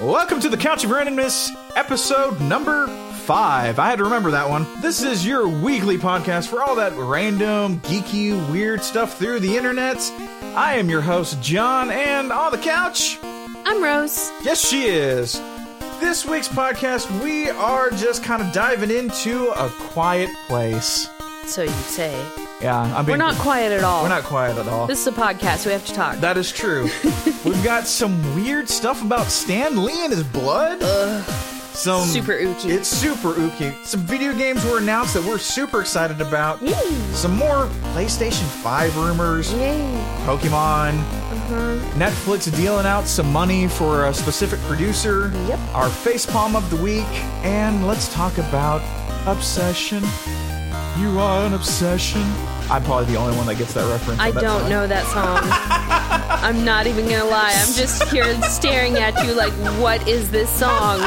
Welcome to the Couch of Randomness, episode number five. I had to remember that one. This is your weekly podcast for all that random, geeky, weird stuff through the internet. I am your host, John, and on the couch, I'm Rose. Yes, she is. This week's podcast, we are just kind of diving into a quiet place. So you say. Yeah, I'm We're being, not quiet at all. We're not quiet at all. This is a podcast. We have to talk. that is true. We've got some weird stuff about Stan Lee and his blood. Some Uh, Super ooky. It's super ooky. Some video games were announced that we're super excited about. Some more PlayStation 5 rumors. Yay. Pokemon. Mm-hmm. Netflix dealing out some money for a specific producer. Yep. Our facepalm of the week. And let's talk about obsession. You are an obsession. I'm probably the only one that gets that reference. I but that's don't fine. know that song. I'm not even going to lie. I'm just here staring at you like, what is this song?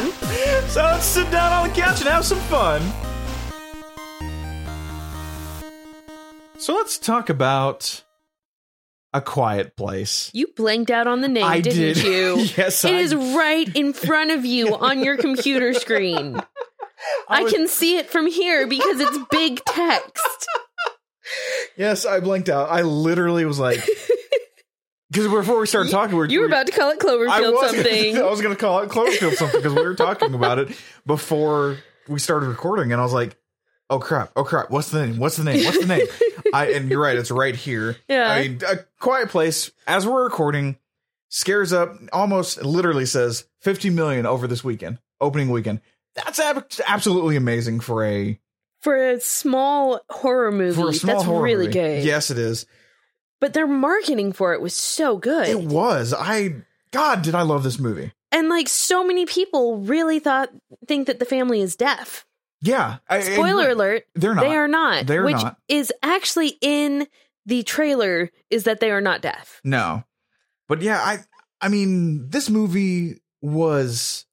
So let's sit down on the couch and have some fun. So let's talk about a quiet place. You blanked out on the name, I didn't did. you? Yes, It I- is right in front of you on your computer screen. I was- can see it from here because it's big text. Yes, I blinked out. I literally was like, because before we started talking, we You were about to call it Cloverfield something. I was going to call it Cloverfield something because we were talking about it before we started recording, and I was like, "Oh crap! Oh crap! What's the name? What's the name? What's the name?" I and you're right, it's right here. Yeah. I mean, a quiet place as we're recording scares up almost literally says 50 million over this weekend, opening weekend. That's ab- absolutely amazing for a For a small horror movie, for a small that's horror really movie. good. Yes, it is. But their marketing for it was so good. It was. I God, did I love this movie. and like so many people really thought think that the family is deaf. Yeah. I- and Spoiler alert, They're not. they are not. They're which not. is actually in the trailer is that they are not deaf. No. But yeah, I I mean, this movie was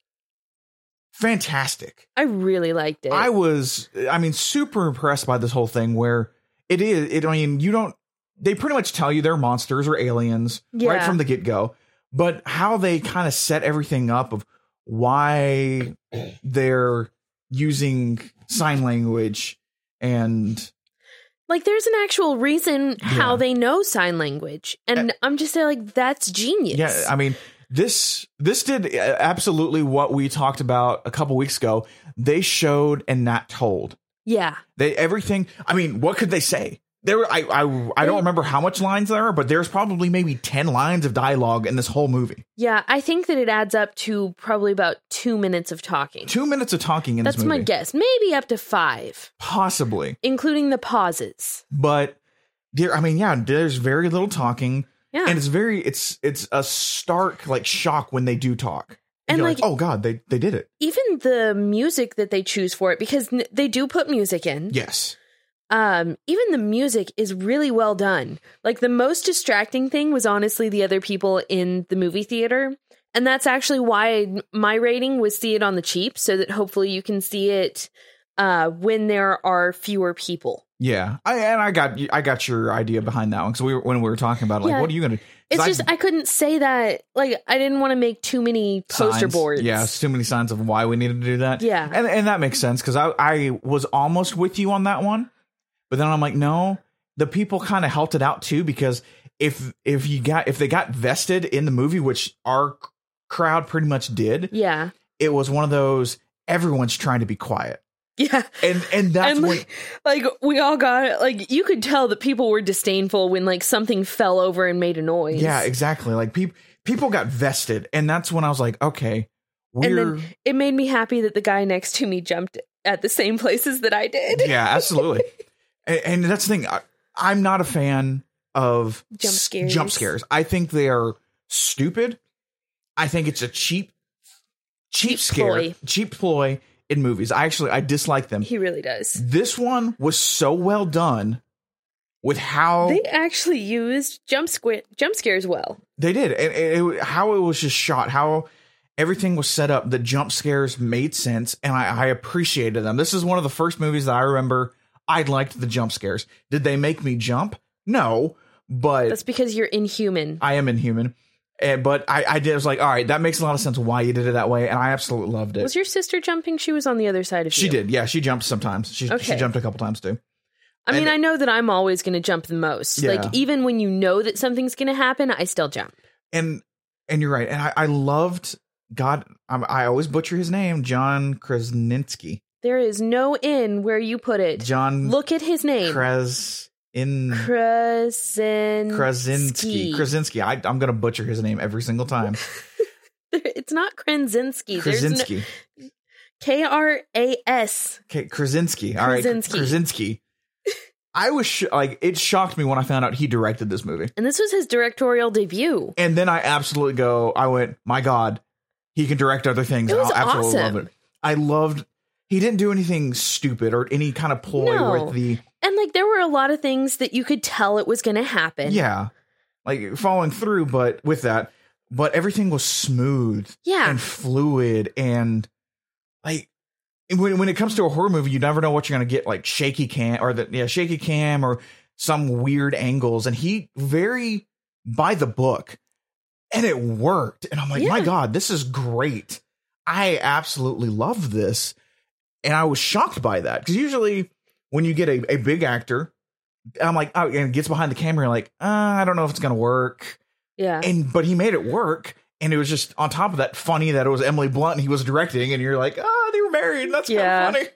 fantastic. I really liked it. I was I mean, super impressed by this whole thing where it is it I mean, you don't they pretty much tell you they're monsters or aliens right Yeah. from the get-go, but how they kind of set everything up of why they're using sign language and like there's an actual reason Yeah. Uh, how they know sign language. And I'm just saying like that's genius. Yeah, I mean this this did uh, absolutely what we talked about a couple weeks ago. They showed and not told. yeah. They everything. I mean, what could they say? There, were- I, I, I don't remember how much lines there are, but there's probably maybe ten lines of dialogue in this whole movie. Yeah, I think that it adds up to probably about 2 minutes of talking. Two minutes of talking in That's this my movie, guess. Maybe up to 5, possibly. including the pauses. But there, I mean, yeah, there's very little talking, Yeah. and it's very, it's, it's a stark like shock when they do talk. And, You're like- oh god, they, they did it. even the music that they choose for it because n- they do put music in Yes. um even the music is really well done like the most distracting thing was honestly the other people in the movie theater and that's actually why my rating was see it on the cheap so that hopefully you can see it uh when there are fewer people Yeah, I and I got I got your idea behind that one because we were, when we were talking about it, like Yeah. what are you gonna? 'cause it's I- just i couldn't say that like i didn't want to make too many poster signs. boards Yeah, it's too many signs of why we needed to do that. Yeah. and and that makes sense because I I was almost with you on that one, but then I'm like, no, the people kind of helped it out too because if if you got if they got vested in the movie, which our c- crowd pretty much did, yeah it was one of those everyone's trying to be quiet, yeah and and that's and when like, like we all got it. Like you could tell that people were disdainful when like something fell over and made a noise. yeah exactly like people people got vested, and that's when I was like, okay, and we're. then it made me happy that the guy next to me jumped at the same places that I did. yeah, absolutely. and, and that's the thing. I, I'm not a fan of Jump s- scares. Jump scares. I think they are stupid. I think it's a cheap, cheap, Cheap scare, ploy. cheap ploy in movies. I actually I dislike them. He really does. This one was so well done with how They they, actually used jump square jump scares well. did and and it, how it was just shot, how everything was set up. The jump scares made sense, and I, I appreciated them. This is one of the first movies that I remember. I liked the jump scares. Did they make me jump? No, but That's because you're inhuman. I am inhuman. And, but I, I did. I was like, all right, that makes a lot of sense why you did it that way, and I absolutely loved it. Was your sister jumping? She was on the other side of she you. did, yeah. She jumped sometimes. She she Okay. jumped a couple times too. I mean, And- I know that I'm always going to jump the most. Yeah. Like even when you know that something's going to happen, I still jump. And and you're right. And I, I loved God. I'm, I always butcher his name, John Krasinski. There is no in where you put it. John Look at his name. Kras in Krasin. Krasinski. Krasinski. I, I'm gonna butcher his name every single time. It's not Krasinski. There's no Krasinski. K R A S. Okay, Krasinski. All right, Krasinski. Krasinski. I was sh- like, it shocked me when I found out he directed this movie, And this was his directorial debut. and then I absolutely go. I went, my God, he can direct other things. It was I absolutely awesome. love it. I loved. He didn't do anything stupid or any kind of ploy No. with the And like there were a lot of things that you could tell it was going to happen. yeah, like following through, but with that, but everything was smooth. Yeah. and fluid and like when when it comes to a horror movie, you never know what you're gonna get like shaky cam or the yeah shaky cam or some weird angles, and he very by the book, and it worked. And I'm like, my Yeah. god, this is great. I absolutely love this, and I was shocked by that because usually when you get a, a big actor, I'm like, oh, and gets behind the camera, you're like, uh, I don't know if it's gonna work yeah. and but he made it work and it was just on top of that funny that it was emily blunt and he was directing and you're like ah they were married and that's Yeah. kind of funny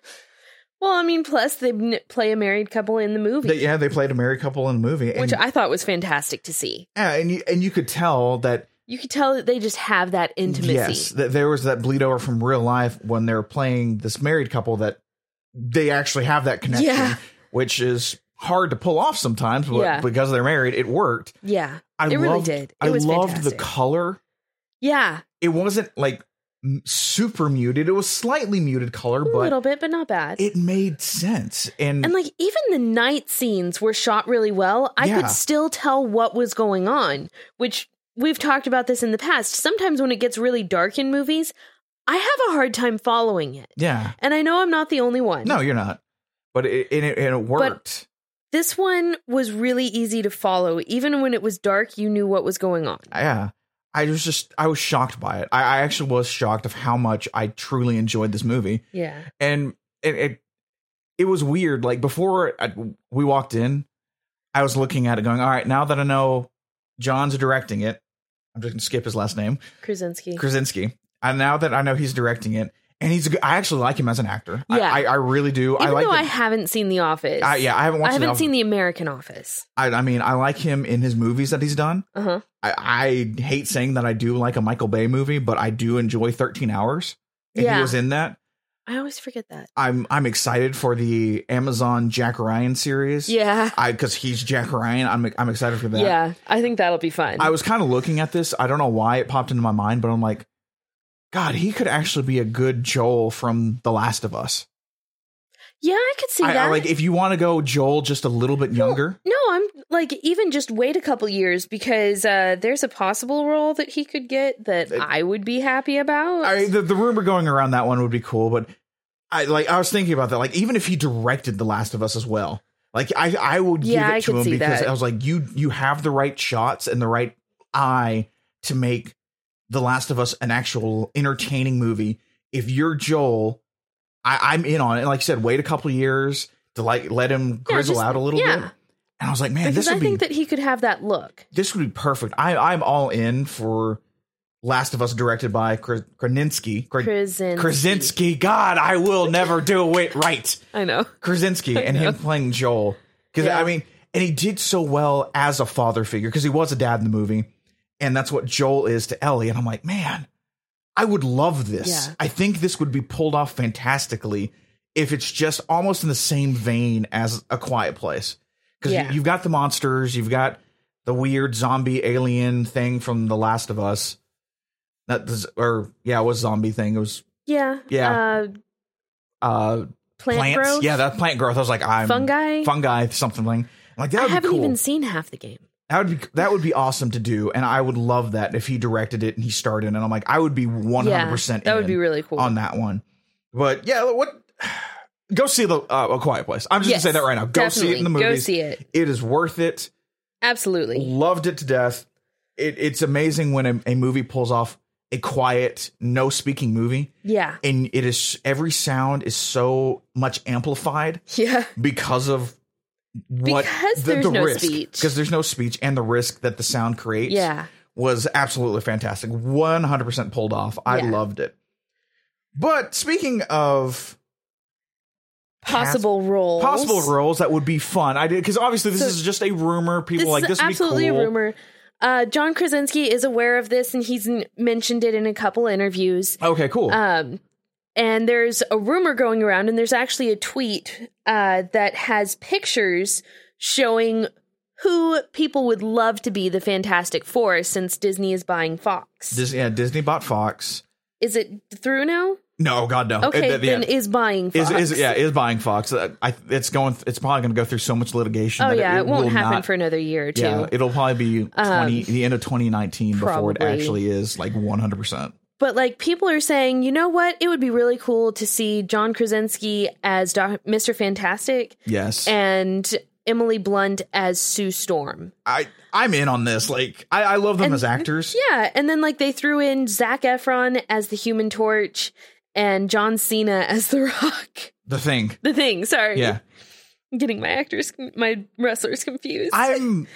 well, I mean, plus they n- play a married couple in the movie, They- yeah they played a married couple in the movie and, which I thought was fantastic to see. yeah, and, you, and you could tell that You could tell that they just have that intimacy. yes that there was that bleed over from real life when they're playing this married couple that they actually have that connection Yeah. which is hard to pull off sometimes but Yeah. because they're married it worked Yeah. i It really loved- did. It i was loved fantastic. the color Yeah. it wasn't like m- super muted it was slightly muted color a but little bit, but not bad. it made sense and, and like even the night scenes were shot really well. I Yeah. could still tell what was going on, which we've talked about this in the past. Sometimes when it gets really dark in movies, I have a hard time following it. yeah And I know I'm not the only one. no you're not but it and it, and it worked This one was really easy to follow. Even when it was dark, you knew what was going on. yeah i was just i was shocked by it I, I actually was shocked of how much i truly enjoyed this movie Yeah. and it it, it was weird like before I, we walked in i was looking at it going all right now that i know john's directing it i'm just gonna skip his last name Krasinski. krasinski and now that i know he's directing it and he's a good- i actually like him as an actor Yeah. I, I, I really do even i like though I him. haven't seen The Office. I, yeah, I haven't watched I haven't enough- seen The American Office. I, I mean, I like him in his movies that he's done. Uh huh. I, I hate saying that I do like a Michael Bay movie, but I do enjoy 13 Hours. And Yeah. he was in that. I always forget that. I'm I'm excited for the Amazon Jack Ryan series. Yeah. I because he's Jack Ryan. I'm I'm excited for that. Yeah. I think that'll be fun. I was kind of looking at this. I don't know why it popped into my mind, but I'm like, God, he could actually be a good Joel from The Last of Us. yeah, I could see I, I that. like if you want to go Joel just a little bit younger. No, I'm like even just wait a couple years because uh, there's a possible role that he could get that Uh, I would be happy about. I, the, the rumor going around that one would be cool, but I like I was thinking about that. Like even if he directed The Last of Us as well, like I I would Yeah, give it I to could him see because that. I was like you you have the right shots and the right eye to make The Last of Us an actual entertaining movie. If you're Joel, I, I'm in on it. Like you said, wait a couple years to like let him grizzle just- out a little yeah. bit. And I was like, man, because this I would be think that he could have that look. this would be perfect. I I'm all in for Last of Us directed by Kra- Krasinski. Kra- Krasinski. Krasinski. God, I will never do it right. I know. Krasinski and him playing Joel. Because, Yeah. I mean, and he did so well as a father figure because he was a dad in the movie. And that's what Joel is to Ellie. And I'm like, man, I would love this. Yeah. I think this would be pulled off fantastically if it's just almost in the same vein as A Quiet Place. Because Yeah. you've got the monsters, you've got the weird zombie alien thing from The Last of Us. That was- or yeah, it was zombie thing. It was Yeah. Yeah. Uh, uh plant plants. growth. Yeah, that plant growth. I was like, I'm fungi. fungi, something like like that. I Would be haven't cool. even seen half the game. that would be that would be awesome to do, and I would love that if he directed it and he starred in it. I'm like, I would be 100 percent Yeah, that would be really cool. on that one. But yeah, what? Go see the uh, a Quiet Place. I'm just Yes, gonna say that right now. Go see it in the Definitely. movies. Go see it. It is worth it. Absolutely. Loved it to death. it, it's amazing when a, a movie pulls off a quiet, no speaking movie, Yeah. and it is every sound is so much amplified Yeah. because of what Because there's no speech. because there's no speech and the risk that the sound creates Yeah. was absolutely fantastic 100% pulled off i Yeah. loved it but speaking of Possible roles. possible roles that would be fun i did because obviously this So- is just a rumor people This like this is would absolutely be cool a rumor. Uh, John Krasinski is aware of this, and he's n- mentioned it in a couple interviews. okay cool Um, and there's a rumor going around, and there's actually a tweet uh, that has pictures showing who people would love to be the Fantastic Four since Disney is buying Fox. Dis- yeah, disney bought fox is it through now? no god no Okay, It- then Uh, yeah. is buying Fox. is, is yeah is buying Fox? Uh, I, it's going. It's probably going to go through so much litigation. oh that yeah, it, will won't happen not- for another year or two. Yeah, it'll probably be twenty Um, the end of twenty nineteen before it probably. actually is like one hundred percent. But like people are saying, you know what? It would be really cool to see John Krasinski as Doc- Mr. Fantastic Yes, and Emily Blunt as Sue Storm. I I'm in on this. Like I, I love them And- as actors. Yeah, and then like they threw in Zach Efron as the Human Torch and John Cena as the Rock. The thing. The Thing. Sorry, Yeah, I'm getting my actors, my wrestlers confused. I'm.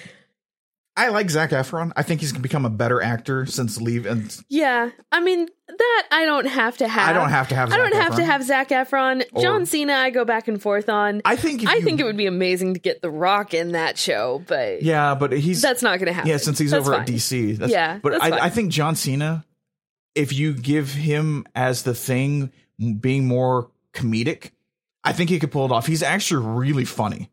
I like Zach Efron. I think he's become a better actor since leaving. yeah, I mean that I don't have to have. I don't have to have. I don't Zac have Efron. to have Zach Efron. Or- John Cena, I go back and forth on. I think. If I you- think it would be amazing to get The Rock in that show, but Yeah, but he's that's not going to happen. yeah since he's That's over fine. at DC. That's, Yeah, but that's fine. I, I think John Cena. If you give him as the thing being more comedic, I think he could pull it off. He's actually really funny.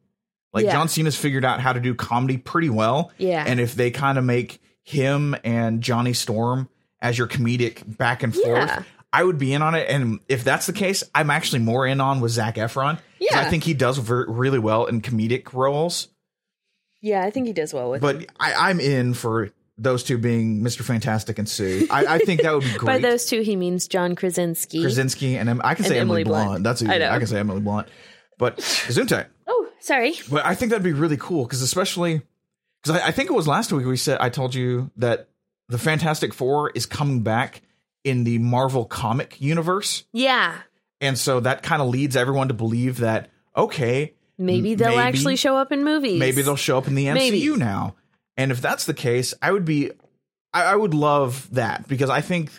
Like Yeah. John Cena's figured out how to do comedy pretty well. Yeah. And if they kind of make him and Johnny Storm as your comedic back and forth, Yeah. I would be in on it. And if that's the case, I'm actually more in on with Zach Efron. 'cause I Yeah. think he does ver- really well in comedic roles. yeah, I think he does well with. it. But I, I'm in for those two being Mr. Fantastic and Sue. I, I think that would be By great. those two, he means John Krasinski. Krasinski and Em- I can And say Emily, Emily Blunt. Blunt. That's easy. I know. I, can say Emily Blunt. But Zuntai. oh, sorry. But I think that'd be really cool because especially because I, I think it was last week we said I told you that the Fantastic Four is coming back in the Marvel comic universe, Yeah, and so that kind of leads everyone to believe that okay, maybe they'll Maybe. actually show up in movies. maybe they'll show up in the MCU Maybe. now. And if that's the case, I would be, I, I would love that because I think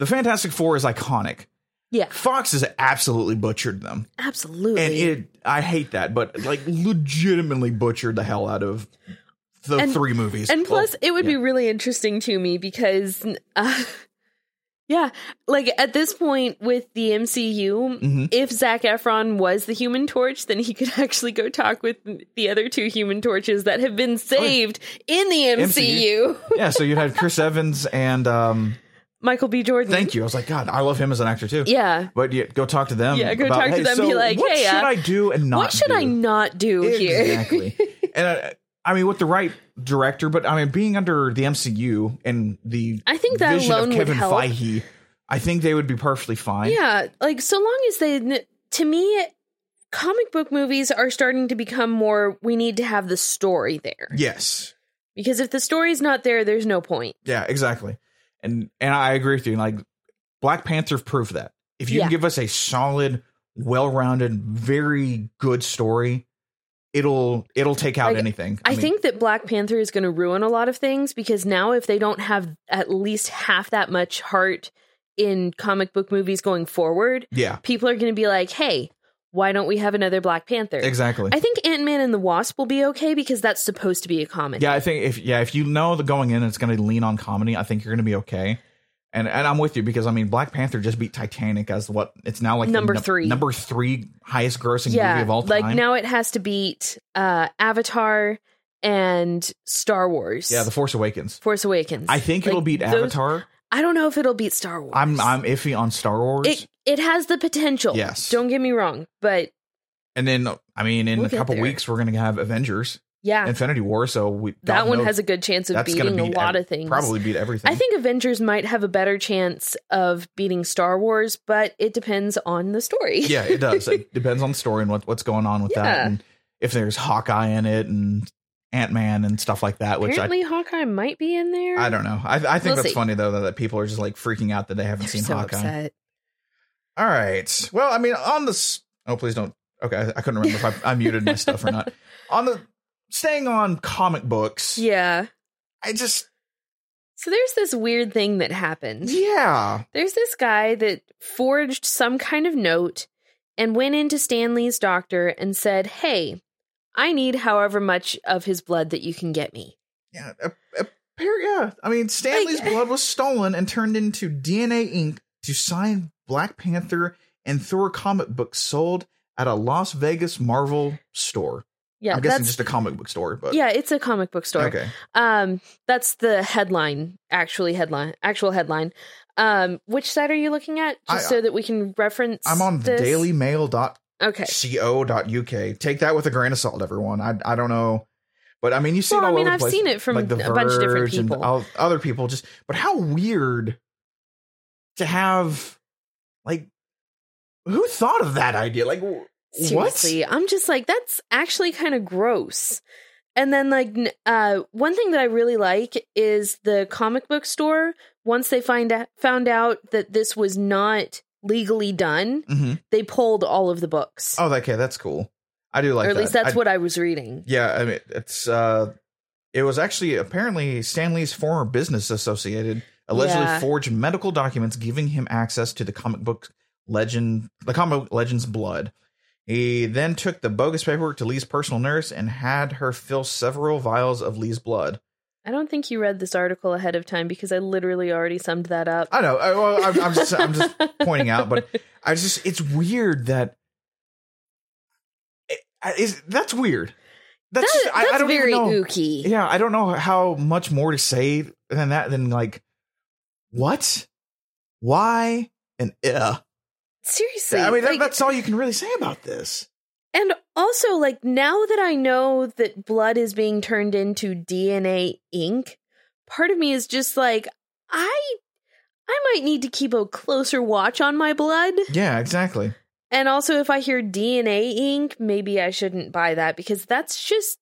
the Fantastic Four is iconic. Yeah, Fox has absolutely butchered them. absolutely. and it I hate that, but like legitimately butchered the hell out of the And- three movies. And plus, it would be yeah. really interesting to me because, uh, yeah, like at this point with the MCU, Mhm. if Zach Efron was the Human Torch, then he could actually go talk with the other two Human Torches that have Oh, been saved in the MCU. Well, Oh, yeah, so you had Chris Evans and um, Michael B. Jordan. thank you. I was like, God, I love him as an actor too. Yeah. But yeah, go talk to them. Yeah, go talk to "Hey, them, so be like, what "Hey, should uh, I do and not? what should do? I not do here? exactly?" and I, I mean, with the right director, but I mean, being under the MCU and the I think that vision alone of would Kevin help. Feige, I think they would be perfectly fine. Yeah, like so long as they, to me, comic book movies are starting to become more. We need to have the story there. Yes. Because if the story's not there, there's no point. Yeah, exactly. And and I agree with you. Like Black Panther proved that. If you Yeah. can give us a solid, well-rounded, very good story, it'll it'll take out Like, anything. I, mean, think that Black Panther is going to ruin a lot of things because now if they don't have at least half that much heart in comic book movies going forward, Yeah, people are going to be like, "Hey, why don't we have another Black Panther?" exactly. I think Ant-Man and the Wasp will be okay because that's supposed to be a comic. yeah, I think if yeah, if you know the going in it's gonna lean on comedy, I think you're gonna be okay. And and I'm with you because I mean Black Panther just beat Titanic as what it's now like the Number num- three. Number three highest grossing movie yeah. of all time. Like now it has to beat uh Avatar and Star Wars. yeah, The Force Awakens. Force Awakens. I think Like, it'll beat those- Avatar. I don't know if it'll beat Star Wars. I'm I'm iffy on Star Wars. it it has the potential. Yes. Don't get me wrong, but And then, I mean, in We'll a get couple there. weeks, we're going to have Avengers, yeah, Infinity War. So we that don't one know has if a good chance of that's gonna beating a beat lot ev- of things. probably beat everything. I think Avengers might have a better chance of beating Star Wars, but it depends on the story. yeah, it does. It depends on the story and what, what's going on with Yeah. that, and if there's Hawkeye in it, and Ant Man and stuff like that, which I, Apparently, Hawkeye might be in there. I don't know. I, I think We'll that's see. funny though that people are just like freaking out that they haven't They're seen so Hawkeye. upset. All right. Well, I mean, on the s- oh, please don't. Okay, I, I couldn't remember if I, I muted my stuff or not. On the staying on comic books, Yeah. I just So there's this weird thing that happened. yeah, There's this guy that forged some kind of note and went into Stanley's doctor and said, Hey, I need however much of his blood that you can get me. yeah, a, a, pair- yeah. I mean, Stanley's Like- blood was stolen and turned into DNA ink to sign Black Panther and Thor comic books sold at a Las Vegas Marvel store. Yeah, I'm guessing that's just a comic book store, but yeah, it's a comic book store. Okay. Um, that's the headline, actually headline, actual headline. Um, which site are you looking at, just I- uh, so that we can reference? I'm on the this? dailymail.com. Okay, co.uk. Take that with a grain of salt, everyone. I I don't know, but I mean, you see Well, it I all mean, over the I've place, seen it from like The a bunch of different Verge and people. all- other people just. But how weird to have, like, who thought of that idea? Like, wh- seriously, I'm just like that's actually kind of gross. And then like n- uh, one thing that I really like is the comic book store. Once they find out, found out that this was not legally done, Mhm. they pulled all of the books, Oh, okay, that's cool. I do like. or at least that. that's I- what I was reading. Yeah, I mean, it's. uh It was actually apparently Stanley's former business associated allegedly Yeah. forged medical documents giving him access to the comic book legend, the comic book legend's blood. He then took the bogus paperwork to Lee's personal nurse and had her fill several vials of Lee's blood. I don't think you read this article ahead of time because I literally already summed that up. I know. I, well, I'm, I'm just, I'm just pointing out, but I just, it's weird that. It, is, that's weird. That's, That- just- I, I don't even very know. ooky. yeah i don't know how much more to say than that than like what why and uh Seriously, i mean that, like- that's all you can really say about this and also like now that I know that blood is being turned into DNA ink, part of me is just like I, I might need to keep a closer watch on my blood. yeah exactly And also, if I hear DNA ink, maybe I shouldn't buy that because that's just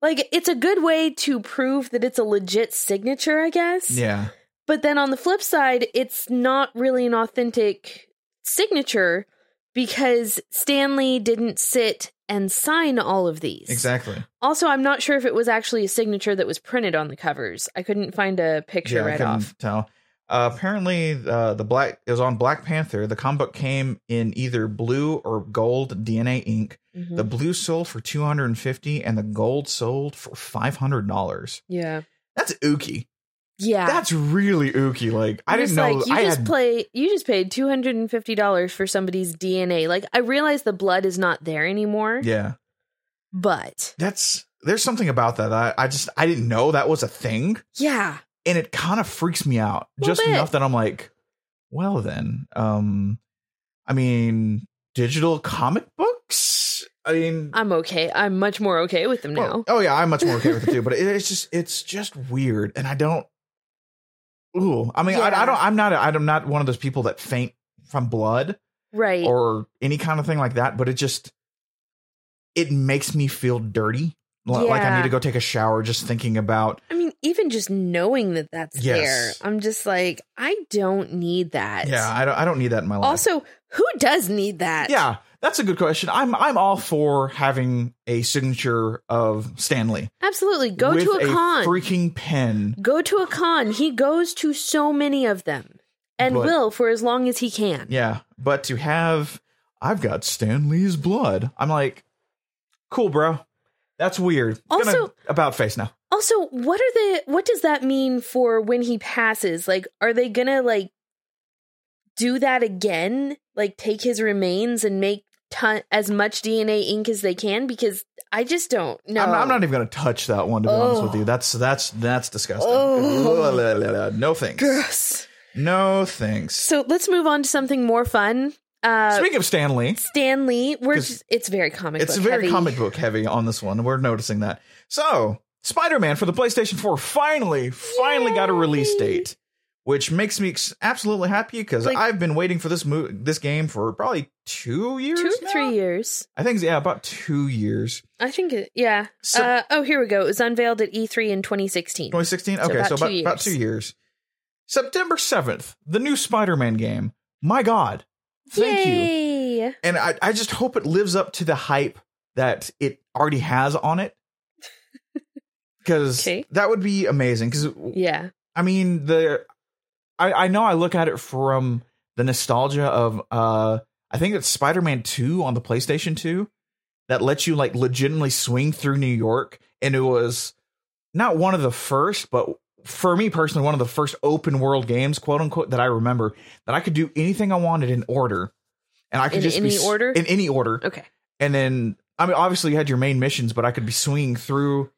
like it's a good way to prove that it's a legit signature, I guess. yeah But then on the flip side, it's not really an authentic signature because Stanley didn't sit and sign all of these. exactly Also, I'm not sure if it was actually a signature that was printed on the covers. I couldn't find a picture yeah i right couldn't off. tell uh, apparently uh, the black it was on black panther the comic book came in either blue or gold dna ink Mhm. the blue sold for 250 and the gold sold for $500 yeah. that's ooky Yeah. that's really ooky like i I'm didn't just know Like, you i just had play. You just paid two hundred and fifty dollars for somebody's DNA. Like I realize the blood is not there anymore, yeah but that's there's something about that, that I, I just I didn't know that was a thing, yeah, and it kind of freaks me out Little just bit. enough that I'm like, well then, um, I mean, digital comic books. I mean, I'm okay. I'm much more okay with them well, now. oh yeah, I'm much more okay with it too, but it, it's just it's just weird, and I don't. Ooh, I mean, I, I Yeah. don't. I'm not. I'm not one of those people that faint from blood Right? or any kind of thing like that, but it just it makes me feel dirty. L- Like I Yeah. need to go take a shower just thinking about I mean, even just knowing that that's Yes. there, I'm just like, I don't need that. Yeah, I don't I don't need that in my life. Also, who does need that? yeah, that's a good question. I'm I'm all for having a signature of Stanley. Absolutely. Go with to a, con. freaking pen. Go to a con. He goes to so many of them and But- will for as long as he can. Yeah, but to have I've got Stanley's blood. I'm like, cool, bro. That's weird. Gonna Also- about face now. Also, what are the what does that mean for when he passes? Like are they going to like do that again? Like take his remains and make ton- as much DNA ink as they can because I just don't know. I'm, I'm not even gonna touch that one to be honest with Oh. you. That's that's that's disgusting. Oh. No thanks. Gross. No thanks. So let's move on to something more fun. Uh, Speaking of Stanley, Stan Lee, we're 'Cause just, it's very comic. it's book very heavy. comic book heavy on this one. We're noticing that. So, Spider Man for the PlayStation 4 finally, finally got a release Yay! date. which makes me ex- absolutely happy because Like- I've been waiting for this mo- this game for probably two years, Two, now? three years. I think yeah, about two years. I think it, yeah. So uh, oh, here we go. It was unveiled at E3 in 2016. 2016. So Okay, about so about two about years. two years. September 7th, the new Spider-Man game. My God, thank you. Yay! and I, I just hope it lives up to the hype that it already has on it because Okay. that would be amazing because Yeah. i mean the I, I know i look at it from the nostalgia of uh i think it's spider-man 2 on the playstation 2 that lets you like legitimately swing through new york and it was not one of the first but for me personally one of the first open world games quote unquote that i remember that i could do anything i wanted in order and i could In just be any s- order? in any order Okay. and then I mean, obviously you had your main missions, but I could be swinging through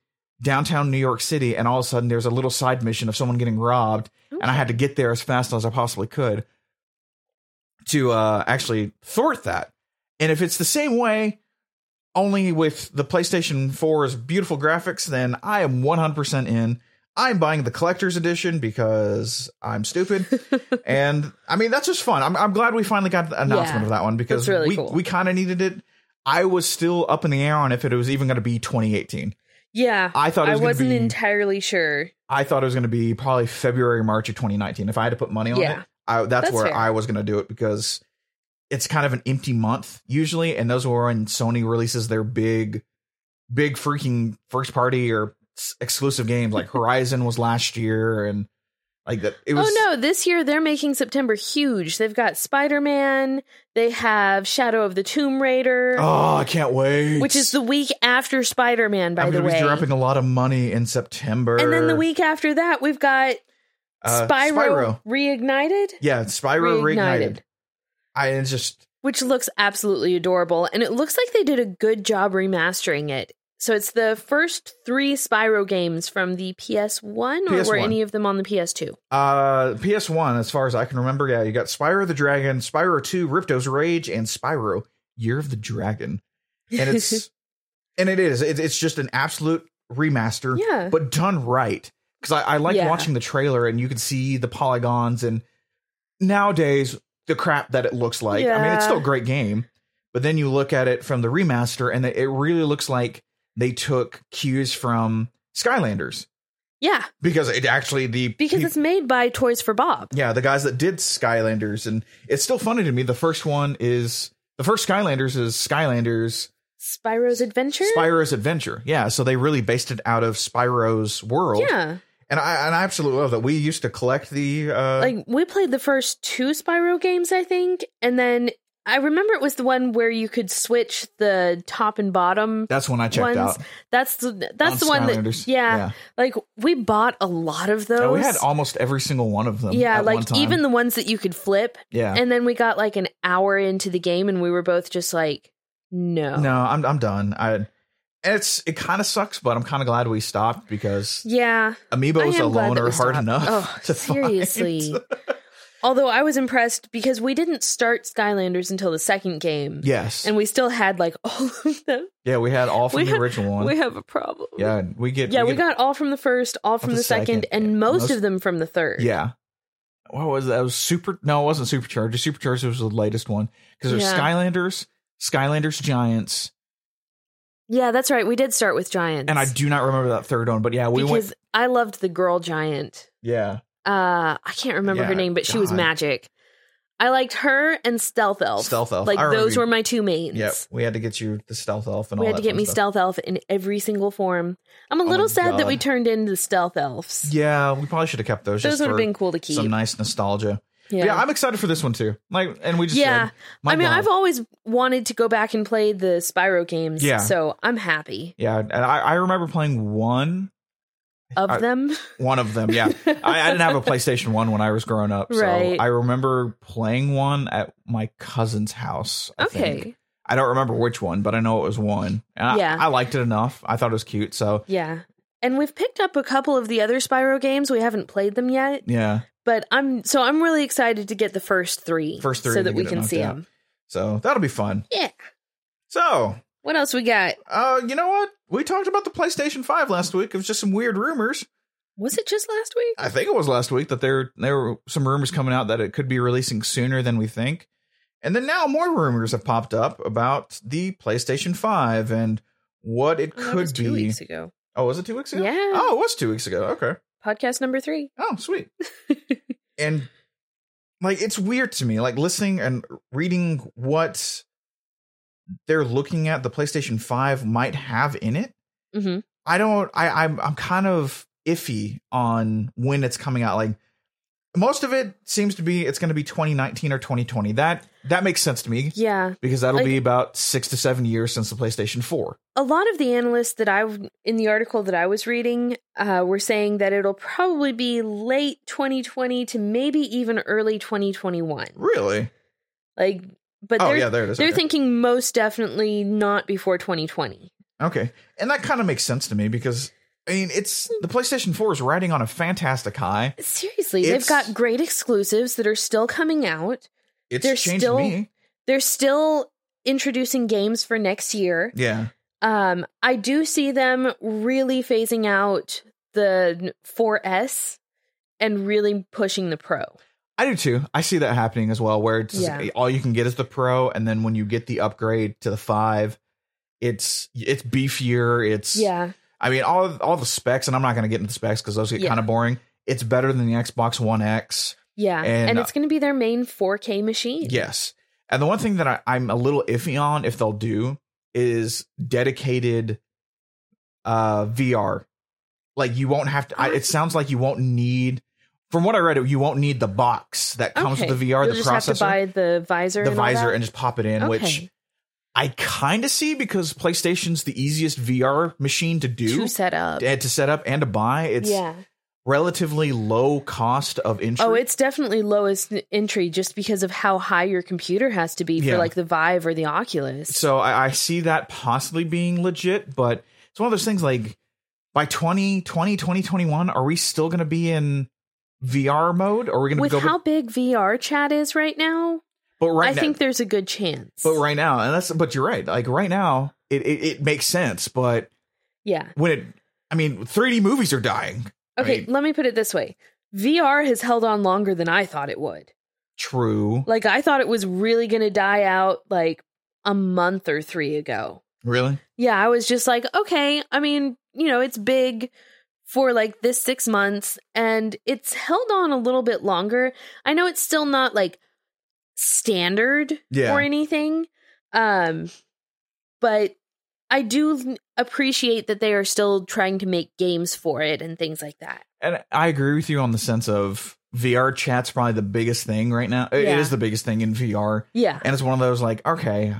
downtown New York City, and all of a sudden there's a little side mission of someone getting robbed, and I had to get there as fast as I possibly could to uh, actually thwart that. And if it's the same way, only with the PlayStation 4's beautiful graphics, then I am 100% in. I'm buying the collector's edition because I'm stupid. and I mean, that's just fun. I'm, I'm glad we finally got the announcement Yeah. of that one because That's really we, cool. we kind of needed it. I was still up in the air on if it was even going to be 2018. Yeah. I thought it I was going to wasn't be. entirely sure. I thought it was going to be probably February, March of 2019. If I had to put money on Yeah. it, I, that's, That's where fair. I was going to do it because it's kind of an empty month usually, and those were when Sony releases their big, big freaking first party or s- exclusive games. Like Horizon was last year, and like that. It was oh no, this year they're making September huge. They've got Spider-Man, they have Shadow of the Tomb Raider, Oh, I can't wait. which is the week after Spider-Man by I'm the gonna be way. dropping a lot of money in September, And then the week after that, we've got Uh, Spyro, Reignited. Yeah, Spyro reignited. I it's just which looks absolutely adorable. And it looks like they did a good job remastering it. So it's the first three Spyro games from the PS1, or were PS1. any of them on the PS2? Uh, PS1, as far as I can remember, yeah, you got Spyro the Dragon, Spyro 2, Ripto's Rage, and Spyro Year of the Dragon, and it's and it is it, it's just an absolute remaster, Yeah. but done right. Because I, I like Yeah. watching the trailer, and you can see the polygons, and nowadays the crap that it looks like. I mean, it's Yeah. still a great game, but then you look at it from the remaster, and it really looks like they took cues from Skylanders yeah, because it actually the because peop- it's made by Toys for Bob. yeah, the guys that did Skylanders, and it's still funny to me. The first one is the first Skylanders is Skylanders Spyro's Adventure? Spyro's Adventure. Yeah, so they really based it out of Spyro's world. yeah. and I and I absolutely love that. We used to collect the uh, like, we played the first two Spyro games, I think. And then I remember it was the one where you could switch the top and bottom. that's when I checked ones. out. That's the, that's on the one Skylanders. that, yeah, Like, we bought a lot of those. Yeah, we had almost every single one of them. yeah at like one time. even the ones that you could flip yeah. and then we got like an hour into the game and we were both just like no no, I'm I'm done. I and it's it kind of sucks, but I'm kind of glad we stopped because yeah Amiibos I am glad alone that are we hard stopped. enough. Oh, to find. seriously. although i was impressed because we didn't start skylanders until the second game yes, and we still had like all of them yeah, we had all from we the had- original one. we have a problem Yeah, and we get yeah we, get- got all from the first all from the the, second, second, and and most, most- of them from the third yeah. What was that? It was super? No, it wasn't Supercharger. Supercharger was the latest one because there's Yeah. Skylanders, Skylanders Giants, yeah that's right we did start with giants and I do not remember that third one. But yeah, we because went. i loved the girl giant Yeah, uh I can't remember her Yeah, name, but she was God. magic. I liked her and Stealth Elf. Stealth Elf. Like I remember those you- were my two mains. yeah. We had to get you the stealth elf and We all had to that get fun me stuff. Stealth Elf in every single form. I'm a Oh little my sad that we God. turned into Stealth Elves. Yeah, we probably should have kept those. those just would for have been cool to keep. some nice nostalgia. Yeah. yeah. I'm excited for this one too. Like, and we just Yeah. Said, my I mean, God. I've always wanted to go back and play the Spyro games, Yeah. so I'm happy yeah, and I, I remember playing one of I- them. One of them, yeah. I, I didn't have a PlayStation One when I was growing up, so Right. I remember playing one at my cousin's house. I okay, think. I don't remember which one, but I know it was one. And Yeah. I, I liked it enough. I thought it was cute, so yeah. And we've picked up a couple of the other Spyro games. We haven't played them yet, yeah. but I'm so I'm really excited to get the first three, First three so and that then we get it can knocked see out. them. So that'll be fun. Yeah. So, What else we got? uh, you know what? We talked about the PlayStation Five last week. It was just some weird rumors. Was it just last week? I think it was last week that there there were some rumors coming out that it could be releasing sooner than we think. And then now more rumors have popped up about the PlayStation 5 and what it Oh, that was could two be. weeks ago. Oh, was it 2 weeks ago? Yeah. Oh, it was 2 weeks ago. Okay. Podcast number three. Oh, sweet. and like it's weird to me like listening and reading what they're looking at the PlayStation 5 might have in it. hmm I don't I I'm I'm kind of iffy on when it's coming out. Like most of it seems to be it's going to be 2019 or 2020. That that makes sense to me Yeah. because that'll Like- be about 6 to 7 years since the PlayStation 4. A lot of the analysts that I, w- in the article that I was reading, uh, were saying that it'll probably be late 2020 to maybe even early 2021. Really? Like, but oh they're, yeah, there it is. they're okay. thinking most definitely not before 2020. okay. And that kind of makes sense to me because I mean, it's the PlayStation 4 is riding on a fantastic high. Seriously, It's- they've got great exclusives that are still coming out. It's They're changed still- me. They're still introducing games for next year. Yeah. Um, I do see them really phasing out the 4S and really pushing the Pro. I do too. I see that happening as well, where it's just- Yeah. all you can get is the pro, and then when you get the upgrade to the five, it's it's beefier. It's Yeah. I mean, all all the specs, and I'm not going to get into the specs because those get Yeah. kind of boring. It's better than the Xbox One X. Yeah. And, uh, And, it's going to be their main 4K machine. Yes, and the one thing that I, I'm a little iffy on if they'll do is dedicated uh VR. Like you won't have to. I, it sounds like you won't need. From what I read, you won't need the box that comes Okay. with the VR. You'll the just processor. have to buy the visor. the and all visor that? and just pop it in, which Okay. I kind of see because PlayStation's the easiest VR machine to do to set up. to, to set up and to buy. It's yeah. relatively low cost of entry. Oh, it's definitely lowest n- entry just because of how high your computer has to be Yeah. for like the Vive or the Oculus. so I, I see that possibly being legit, but it's one of those things like by 2020, 2021, are we still going to be in VR mode? Or are we going to With go? how big VR chat is right now, but right I now, think there's a good chance. but right now, and that's but you're right. Like right now, it, it it makes sense, but yeah. when it, I mean, 3D movies are dying. I Okay, mean- let me put it this way. VR has held on longer than I thought it would. True. Like I thought it was really going to die out like a month or 3 ago. Really? Yeah, I was just like, okay, I mean, you know, it's big for like this 6 months and it's held on a little bit longer. I know it's still not like standard Yeah. or anything. Um but I do appreciate that they are still trying to make games for it and things like that. And I agree with you on the sense of VR chat's probably the biggest thing right now. It- It Yeah. is the biggest thing in VR. Yeah. And it's one of those like, okay,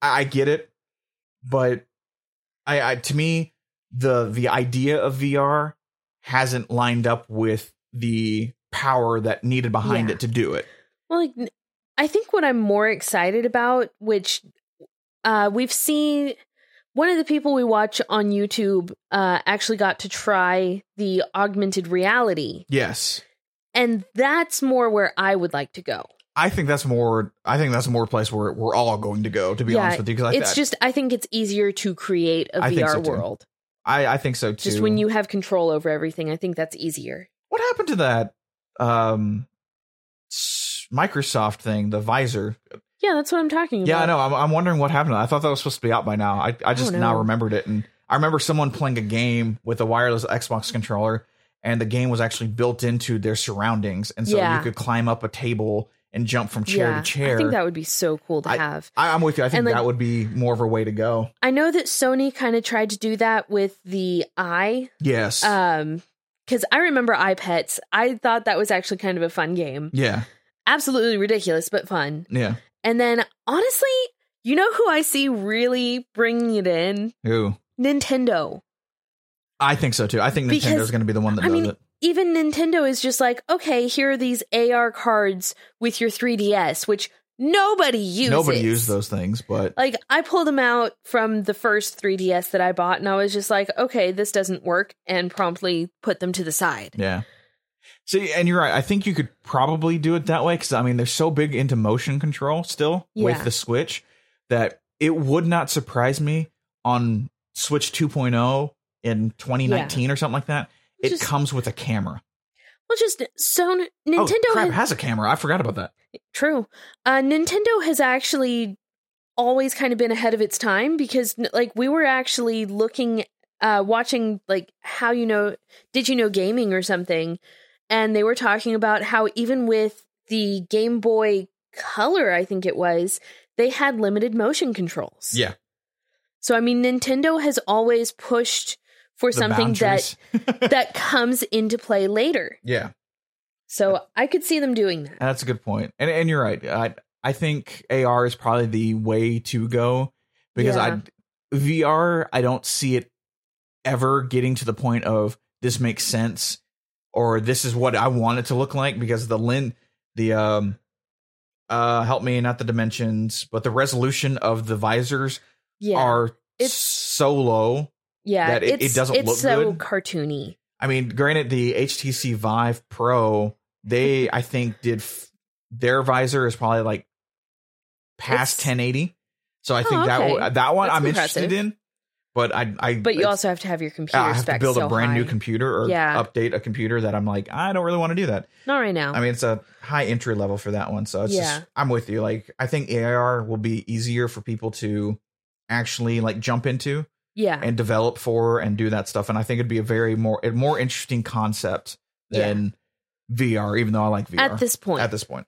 I, I get it, but I, I to me, the the idea of VR hasn't lined up with the power that needed behind Yeah. it to do it. Well, like, n- I think what I'm more excited about, which uh, we've seen, one of the people we watch on YouTube uh, actually got to try the augmented reality, Yes. and that's more where I would like to go. I think that's more I think that's more place where we're all going to go, to be Yeah, honest with you. Because it's just I think it's easier to create a I think VR so, too. world. I, I think so too. Just when you have control over everything, I think that's easier. What happened to that um s- Microsoft thing, the visor? Yeah, that's what I'm talking about. Yeah, I know. I'm, I'm wondering what happened. to that. I thought that was supposed to be out by now. I, I just don't now know. remembered it, and I remember someone playing a game with a wireless Xbox controller, and the game was actually built into their surroundings, and so Yeah. you could climb up a table and jump from chair Yeah, to chair. I think that would be so cool to have. I, am with you. I think and, like- that would be more of a way to go. I know that Sony kind of tried to do that with the eye Yes. Um, because I remember iPets. I thought that was actually kind of a fun game. yeah. Absolutely ridiculous, but fun. Yeah. And then honestly, you know who I see really bringing it in? Ooh. Nintendo. I think so too. I think Because- Nintendo's going to be the one that I does mean, it. Even Nintendo is just like, okay, here are these AR cards with your 3DS, which nobody uses. Nobody used those things, but Like, I pulled them out from the first 3DS that I bought, and I was just like, okay, this doesn't work, and promptly put them to the side. Yeah. See, and you're right. I think you could probably do it that way because I mean they're so big into motion control still with Yeah. the Switch that it would not oh surprise me on Switch 2.0 in 2019 or something like that It Just- comes with a camera. Well, just so N- Nintendo. oh, crap, has- it has a camera. I forgot about that. True. Uh, Nintendo has actually always kind of been ahead of its time because, n- like, we were actually looking, uh, watching, like, how you know, did you know gaming or something? And they were talking about how even with the Game Boy Color, I think it was, they had limited motion controls. Yeah. So, I mean, Nintendo has always pushed for the something that boundaries. that comes into play later. yeah. So, I could see them doing that. That's a good point, and and you're right. I I think AR is probably the way to go because Yeah. I VR I don't see it ever getting to the point of this makes sense or this is what I want it to look like because the lin the um uh help me not the dimensions but the resolution of the visors Yeah. are It's- so low. yeah, that it- it it's- doesn't it's look so good. cartoony. I mean, granted, the HTC Vive Pro, Mm-hmm. they I think did f- their visor is probably like past It's- 1080. So I Oh, think that okay. that that one That's I'm interested impressive. in, but I I But you it's- also have to have your computer I have to specs build so a brand new high. computer or Yeah. update a computer that I'm like I don't really want to do that. Not right now. I mean, it's a high entry level for that one. So it's Yeah. just I'm with you. Like I think AR will be easier for people to actually like jump into yeah, and develop for and do that stuff. And I think it'd be a very more a more interesting concept than VR, even though I like VR at this point. At this point.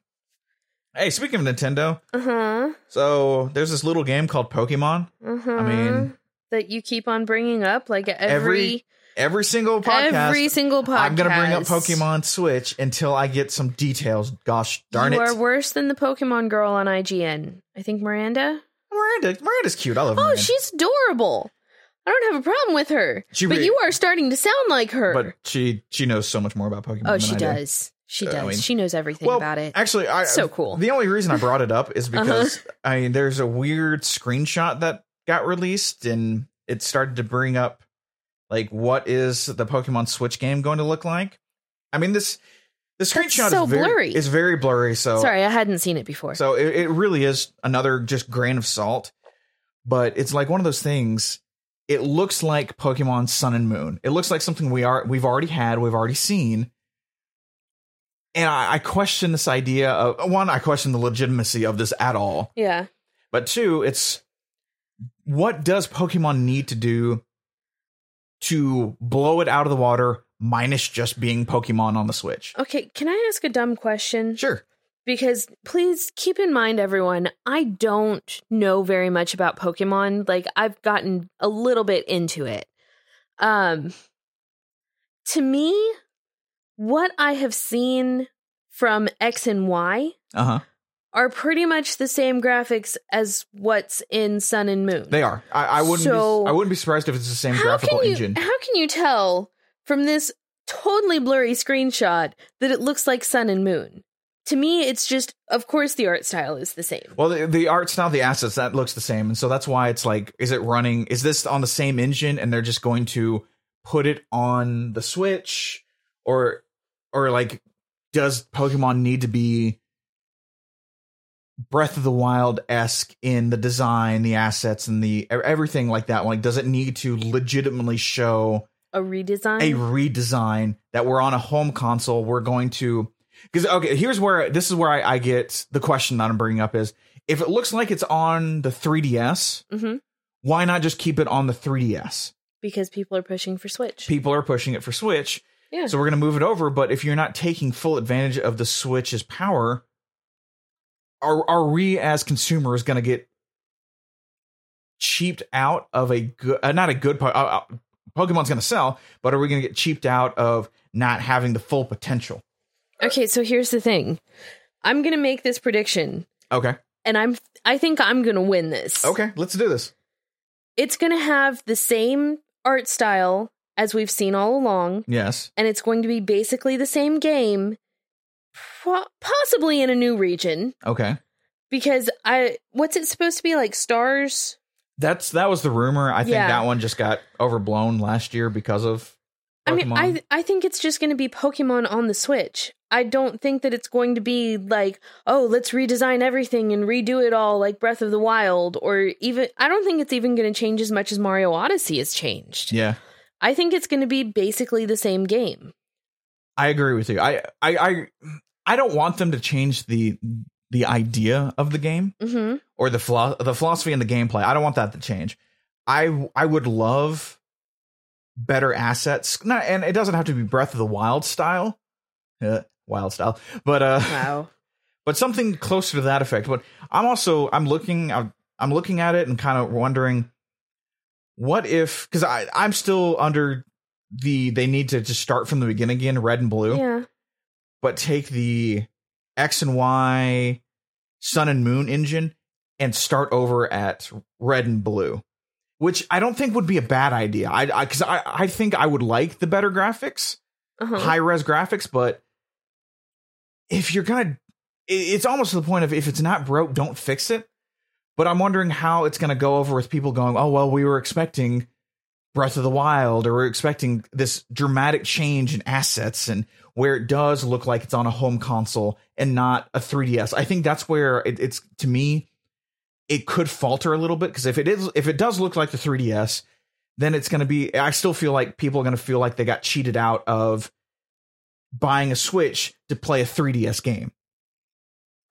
Hey, speaking of Nintendo, uh huh. so there's this little game called Pokemon. Uh huh. I mean- that you keep on bringing up, like every Every Every single every, podcast, single podcast. I'm gonna bring up Pokemon Switch until I get some details. Gosh darn you it, are worse than the Pokemon girl on IGN. I think Miranda. Miranda. Miranda's cute. I love Oh, Miranda. she's adorable. I don't have a problem with her, She but really- you are starting to sound like her. but she she knows so much more about Pokemon. oh, than I she do. does. She I does. mean- she knows everything Well, about it. Actually, I so cool. Uh-huh. The only reason I brought it up is because I mean, there's a weird screenshot that got released, and it started to bring up like what is the Pokemon Switch game going to look like? I mean this the screenshot so is very blurry. It's very blurry. So Sorry, I hadn't seen it before. so it, it really is another just grain of salt, but it's like one of those things. It looks like Pokemon Sun and Moon. It looks like something we are we've already had, we've already seen. And I, I question this idea of one. I question the legitimacy of this at all. yeah. But two, it's what does Pokemon need to do to blow it out of the water, minus just being Pokemon on the Switch? Okay, can I ask a dumb question? Sure. because please keep in mind everyone i don't know very much about pokemon like i've gotten a little bit into it um to me what i have seen from x and y Uh huh. are pretty much the same graphics as what's in sun and moon They are. I, I wouldn't. So- be, I wouldn't be surprised if it's the same how graphical can you engine. how can you tell from this totally blurry screenshot that it looks like sun and moon to me it's just of course the art style is the same Well, the, the art style, the assets, that looks the same, and so that's why it's like, is it running? Is this on the same engine, and they're just going to put it on the Switch, or, or like, does Pokemon need to be Breath of the Wild esque in the design, the assets, and the e- everything like that? Like, does it need to legitimately show? a redesign a redesign that we're on a home console. We're going to because okay, here's where this is where I, I get the question that I'm bringing up is if it looks like it's on the 3DS, hmm why not just keep it on the 3DS? because people are pushing for Switch. People are pushing it for Switch, yeah, so we're going to move it over. But if you're not taking full advantage of the Switch's power, are are we as consumers going to get cheaped out of a good, uh, not a good po- uh, uh, Pokemon's going to sell, but are we going to get cheaped out of not having the full potential? uh, okay. So here's the thing: I'm gonna make this prediction, Okay, and I'm I think I'm gonna win this. okay, let's do this. it's gonna have the same art style as we've seen all along, Yes, and it's going to be basically the same game, po- possibly in a new region. okay. Because I, what's it supposed to be like? Stars? That's that was the rumor. I think Yeah. that one just got overblown last year because of. I mean, Pokemon. I I think it's just going to be Pokemon on the Switch. I don't think that it's going to be like, oh, let's redesign everything and redo it all like Breath of the Wild or even I don't think it's even going to change as much as Mario Odyssey has changed. yeah. I think it's going to be basically the same game. I agree with you. I I I I don't want them to change the the idea of the game hmm or the philo- the philosophy and the gameplay. I don't want that to change. I I would love better assets. Not, and it doesn't have to be Breath of the Wild style. Uh, wild style. But uh Wow. but something closer to that effect. But I'm also I'm looking I'm, I'm looking at it and kind of wondering what if because I I'm still under the they need to just start from the beginning again, red and blue, Yeah. but take the X and Y sun and moon engine and start over at red and blue. Which I don't think would be a bad idea. I because I, I think I would like the better graphics Uh-huh. high res graphics, but if you're gonna, i- it's almost to the point of if it's not broke, don't fix it. But I'm wondering how it's gonna go over with people going, oh well, we were expecting Breath of the Wild, or we're expecting this dramatic change in assets and where it does look like it's on a home console and not a 3DS. I think that's where it, it's to me, it could falter a little bit because if it is, if it does look like the 3DS. Then it's going to be. I still feel like people are going to feel like they got cheated out of buying a Switch to play a 3DS game.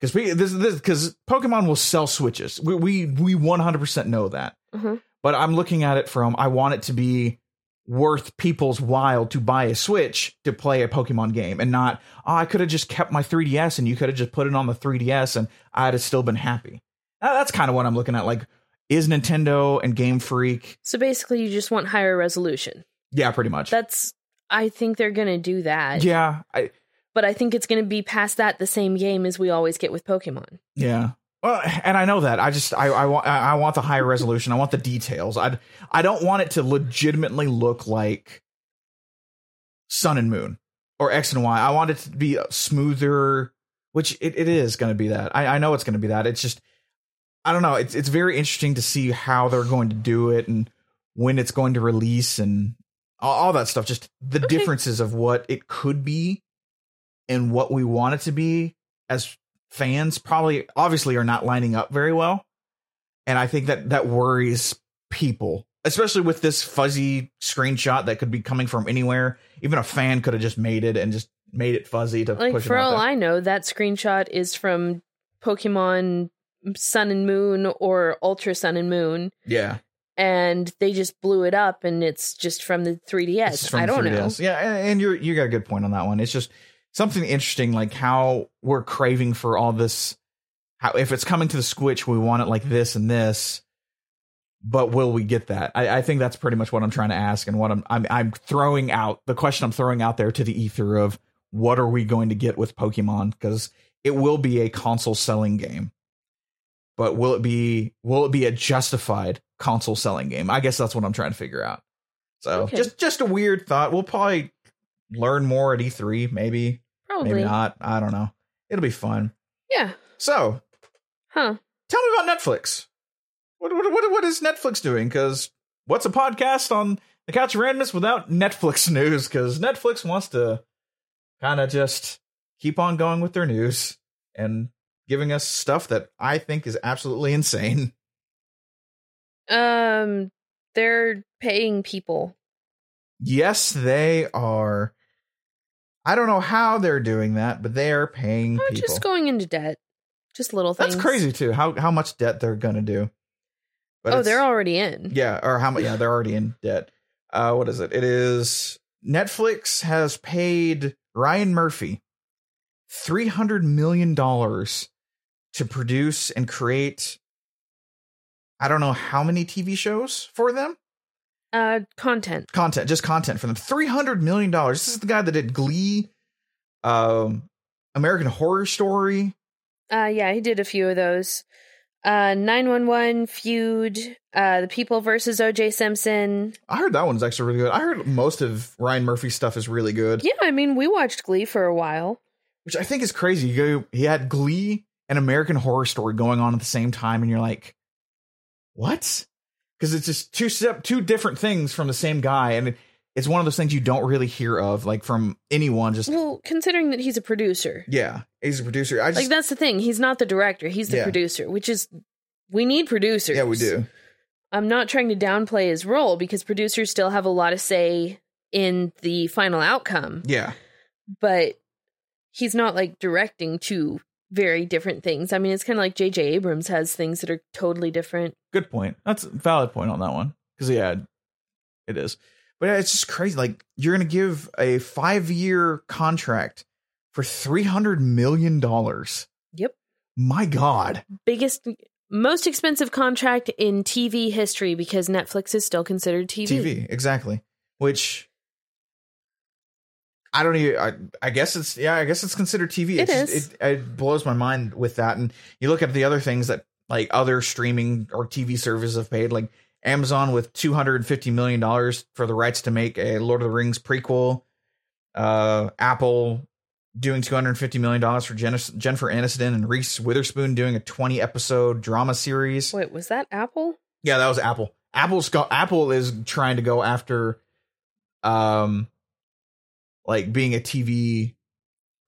Because this this because Pokemon will sell Switches. We we we 100% know that. Mhm. But I'm looking at it from I want it to be worth people's while to buy a Switch to play a Pokemon game and not oh, I could have just kept my 3DS and you could have just put it on the 3DS and I'd have still been happy. Now, that's kind of what I'm looking at like is Nintendo and Game Freak So basically, you just want higher resolution. yeah, pretty much. That's. I think they're going to do that. yeah, I, But I think it's going to be past that the same game as we always get with Pokemon. Yeah. Well, and I know that. I just I I want I I want the higher resolution. I want the details. I I don't want it to legitimately look like Sun and Moon or X and Y. I want it to be smoother, which it, it is going to be that. I, I know it's going to be that. It's just I don't know. It's it's very interesting to see how they're going to do it and when it's going to release and all, all that stuff. Just the Okay. differences of what it could be and what we want it to be as fans probably obviously are not lining up very well and i think that that worries people especially with this fuzzy screenshot that could be coming from anywhere even a fan could have just made it and just made it fuzzy to Like push for it out all there. I know, that screenshot is from Pokemon Sun and Moon or Ultra Sun and Moon, yeah and they just blew it up, and it's just from the 3DS. It's from I don't know. 3DS. yeah and, and you're you got a good point on that one it's just something interesting like how we're craving for all this how if it's coming to the switch we want it like this and this but will we get that i, I think that's pretty much what i'm trying to ask and what I'm, I'm i'm throwing out the question i'm throwing out there to the ether of what are we going to get with pokemon because it will be a console selling game but will it be will it be a justified console selling game i guess that's what i'm trying to figure out so Okay. just just a weird thought we'll probably learn more at e3 maybe Probably. maybe not i don't know it'll be fun Yeah. so Huh. tell me about Netflix. What what what, what is Netflix doing? Because what's a podcast on the couch of randomness without Netflix news? Because Netflix wants to kind of just keep on going with their news and giving us stuff that I think is absolutely insane. Um, they're paying people. Yes, they are. I don't know how they're doing that, but they are paying Oh, people. Just going into debt. Just little things. That's crazy too. How how much debt they're gonna do? But oh, it's- they're already in. Yeah, or how much? Yeah, they're already in debt. Uh, what is it? It is Netflix has paid Ryan Murphy three hundred million dollars to produce and create. I don't know how many TV shows for them. Uh, content. Content, just content for them. Three hundred million dollars. This is the guy that did Glee, um, American Horror Story. Uh, yeah, he did a few of those. Uh, nine one one feud. Uh, the people versus O.J. Simpson. I heard that one's actually really good. I heard most of Ryan Murphy's stuff is really good. Yeah, I mean, we watched Glee for a while. which I think is crazy. You go, he had Glee and American Horror Story going on at the same time, and you're like, what? Because it's just two step, two different things from the same guy, and it's one of those things you don't really hear of, like from anyone. Just Well, considering that he's a producer, yeah, he's a producer. I just like that's the thing. He's not the director. He's the Yeah. producer, which is we need producers. yeah, we do. I'm not trying to downplay his role because producers still have a lot of say in the final outcome, Yeah. but he's not like directing two very different things. I mean, it's kind of like J.J. Abrams has things that are totally different. Good point. That's a valid point on that one. Because yeah, it is. But yeah, it's just crazy. Like you're gonna give a five year contract for three hundred million dollars. Yep. My God. Biggest, most expensive contract in TV history because Netflix is still considered TV. TV, exactly. Which I don't even. I, I guess it's yeah. I guess it's considered TV. It It's just- is. It, it blows my mind with that. And you look at the other things that like other streaming or TV services have paid, like Amazon with two hundred and fifty million dollars for the rights to make a Lord of the Rings prequel. Uh, Apple doing two hundred and fifty million dollars for Jennifer, Jennifer Aniston and Reese Witherspoon doing a twenty episode drama series. Wait, was that Apple? Yeah, that was Apple. Apple's go- Apple is trying to go after um like being a TV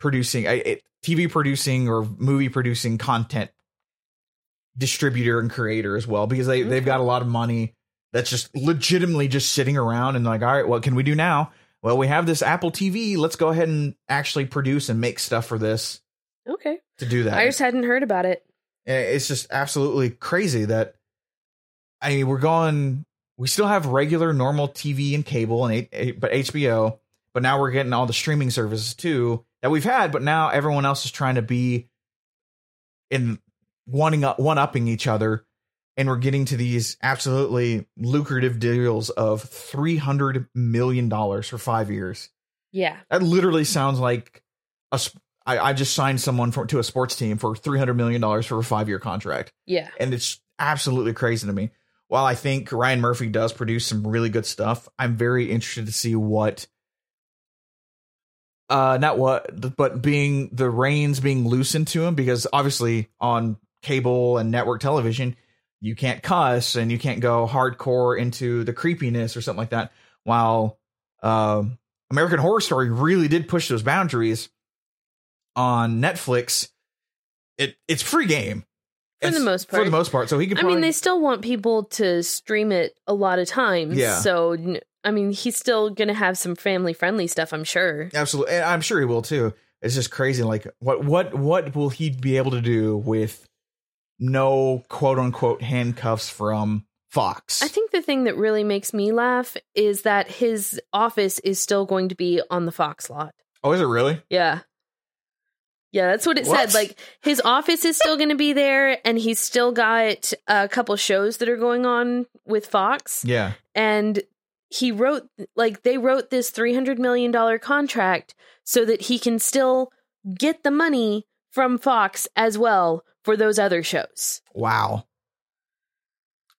producing I- it, TV producing or movie producing content distributor and creator as well because they they've got a lot of money that's just legitimately just sitting around and like all right, what can we do now? Well, we have this Apple TV. Let's go ahead and actually produce and make stuff for this Okay. to do that. I just hadn't heard about it. And it's just absolutely crazy that I mean we're going we still have regular normal TV and cable and H- but HBO but now we're getting all the streaming services too that we've had but now everyone else is trying to be in wanting up one upping each other and we're getting to these absolutely lucrative deals of 300 million dollars for 5 years Yeah. that literally sounds like a sp- I, I just signed someone for, to a sports team for three hundred million dollars for a five year contract, Yeah. and it's absolutely crazy to me. While I think Ryan Murphy does produce some really good stuff, I'm very interested to see what, uh, not what, but being the reins being loosened to him because obviously on cable and network television, you can't cuss and you can't go hardcore into the creepiness or something like that. While um, American Horror Story really did push those boundaries on Netflix. It it's free game For the It's- most For part. the most part, so he could. I mean, probably- they still want people to stream it a lot of times. Yeah. So, n- I mean, he's still going to have some family friendly stuff, I'm sure. absolutely, and I'm sure he will too. It's just crazy. Like what what what will he be able to do with no quote unquote handcuffs from Fox? I think the thing that really makes me laugh is that his office is still going to be on the Fox lot. oh, is it really? Yeah. Yeah, that's what it What? said. Like his office is still going to be there and he's still got a couple shows that are going on with Fox Yeah, and he wrote like they wrote this 300 million dollar contract so that he can still get the money from Fox as well for those other shows. Wow.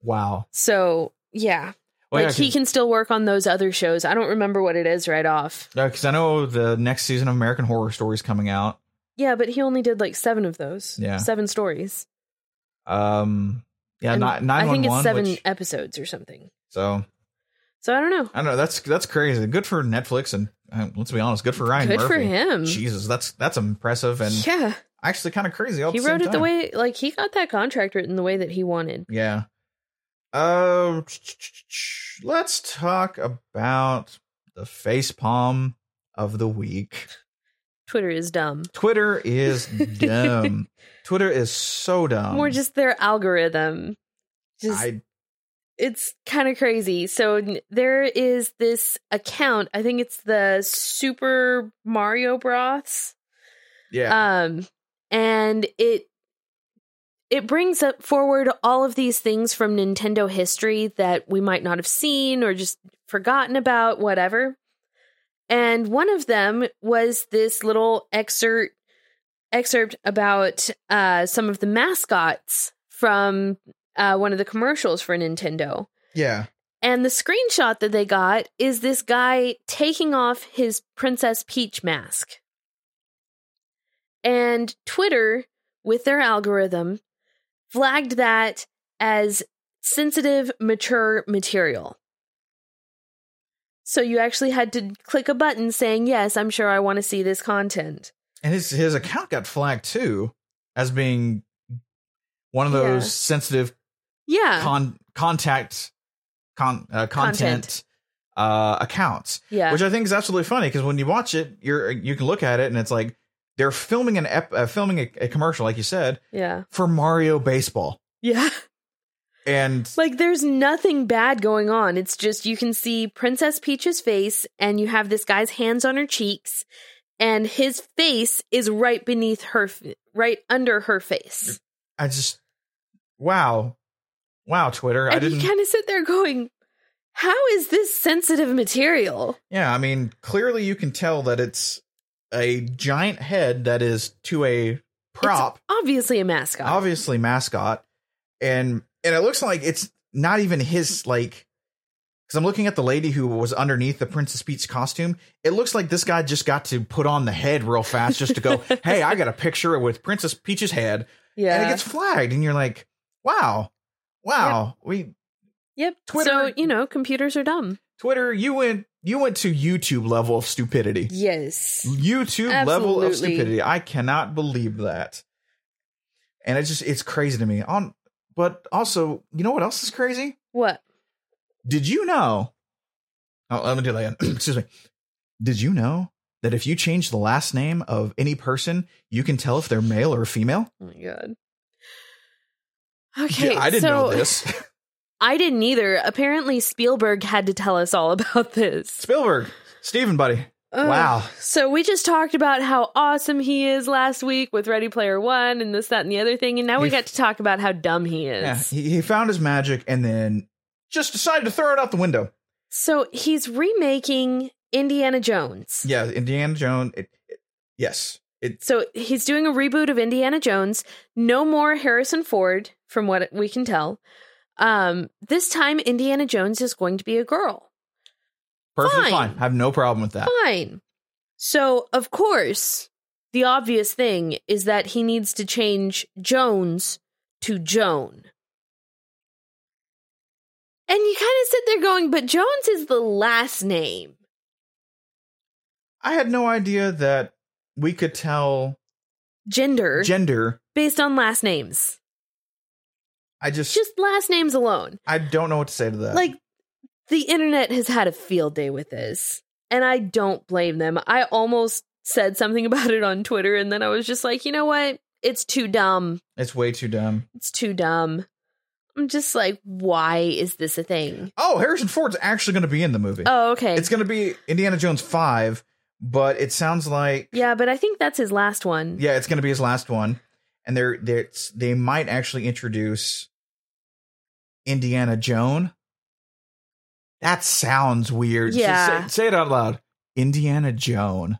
Wow. So, yeah. Well, like he can still work on those other shows. I don't remember what it is right off. because I know the next season of American Horror Story is coming out. Yeah, but he only did like 7 of those. Yeah. 7 stories. Um, yeah, And not I nine one think it's e- one. 7 episodes or something. so So I don't know. I don't know. That's that's crazy. Good for Netflix, and uh, let's be honest, good for Ryan. Good for Murphy. him. Jesus, that's that's impressive and yeah. actually kind of crazy. All He at the same wrote it the time. way like he got that contract written the way that he wanted. Yeah. Uh, let's talk about the face palm of the week. Twitter is dumb. Twitter is dumb. Twitter is so dumb. More just their algorithm. Just Um, I it's kind of crazy. So n- there is this account. I think it's the Super Mario Broths. yeah. um and it it brings up forward all of these things from Nintendo history that we might not have seen or just forgotten about whatever and one of them was this little excerpt excerpt about uh some of the mascots from uh one of the commercials for Nintendo yeah. and the screenshot that they got is this guy taking off his Princess Peach mask. And Twitter, with their algorithm, flagged that as sensitive, mature material. So you actually had to click a button saying, Yes, I'm sure I want to see this content. And his his account got flagged too as being one of Yeah. those sensitive Yeah. con contact con, uh, content, Content. Uh, accounts, Yeah. which I think is absolutely funny because when you watch it, you're you can look at it and it's like they're filming an ep- uh, filming a, a commercial, like you said, yeah. for Mario Baseball, Yeah. and Like there's nothing bad going on. It's just you can see Princess Peach's face and you have this guy's hands on her cheeks and his face is right beneath her f- right under her face. I just wow, wow, Twitter, I and didn't. you kind of sit there going, "How is this sensitive material?" Yeah, I mean, clearly you can tell that it's a giant head that is to a prop, Obviously a mascot. obviously mascot, and and it looks like it's not even his like. Because I'm looking at the lady who was underneath the Princess Peach costume. It looks like this guy just got to put on the head real fast just to go, hey, I got a picture with Princess Peach's head. And yeah. it gets flagged. And you're like, wow, wow. We yep. Twitter- So, you know, computers are dumb. Twitter, you went you went to YouTube level of stupidity. Yes. YouTube level of Absolutely. stupidity. I cannot believe that. And it's just it's crazy to me. On but also, you know what else is crazy? What? Did you know? Oh, let me do that. again. Excuse me. Did you know that if you change the last name of any person, you can tell if they're male or female? Oh my god. Okay. Yeah, I didn't so- know this. I didn't either. Apparently, Spielberg had to tell us all about this. Spielberg, Steven, buddy. Ugh. Wow. So, we just talked about how awesome he is last week with Ready Player One and this, that, and the other thing. And now we He- got to talk about how dumb he is. Yeah, he, he found his magic and then just decided to throw it out the window. So, he's remaking Indiana Jones. Yeah, Indiana Jones. It, it, yes, it. So, he's doing a reboot of Indiana Jones. No more Harrison Ford, from what we can tell. Um, this time, Indiana Jones is going to be a girl. Perfectly fine. Fine. I have no problem with that. Fine. So, of course, the obvious thing is that he needs to change Jones to Joan. And you kind of sit there going, but Jones is the last name. I had no idea that we could tell Gender gender. based on last names. I just, Just last names alone. I don't know what to say to that. Like, the internet has had a field day with this. And I don't blame them. I almost said something about it on Twitter. And then I was just like, you know what? It's too dumb. it's way too dumb. It's too dumb. I'm just like, why is this a thing? Oh, Harrison Ford's actually going to be in the movie. Oh, okay. It's going to be Indiana Jones five, but it sounds like yeah, but I think that's his last one. yeah, it's going to be his last one, and they're they are they might actually introduce Indiana Joan. That sounds weird. Say- Yeah. say, say it out loud. Indiana Joan.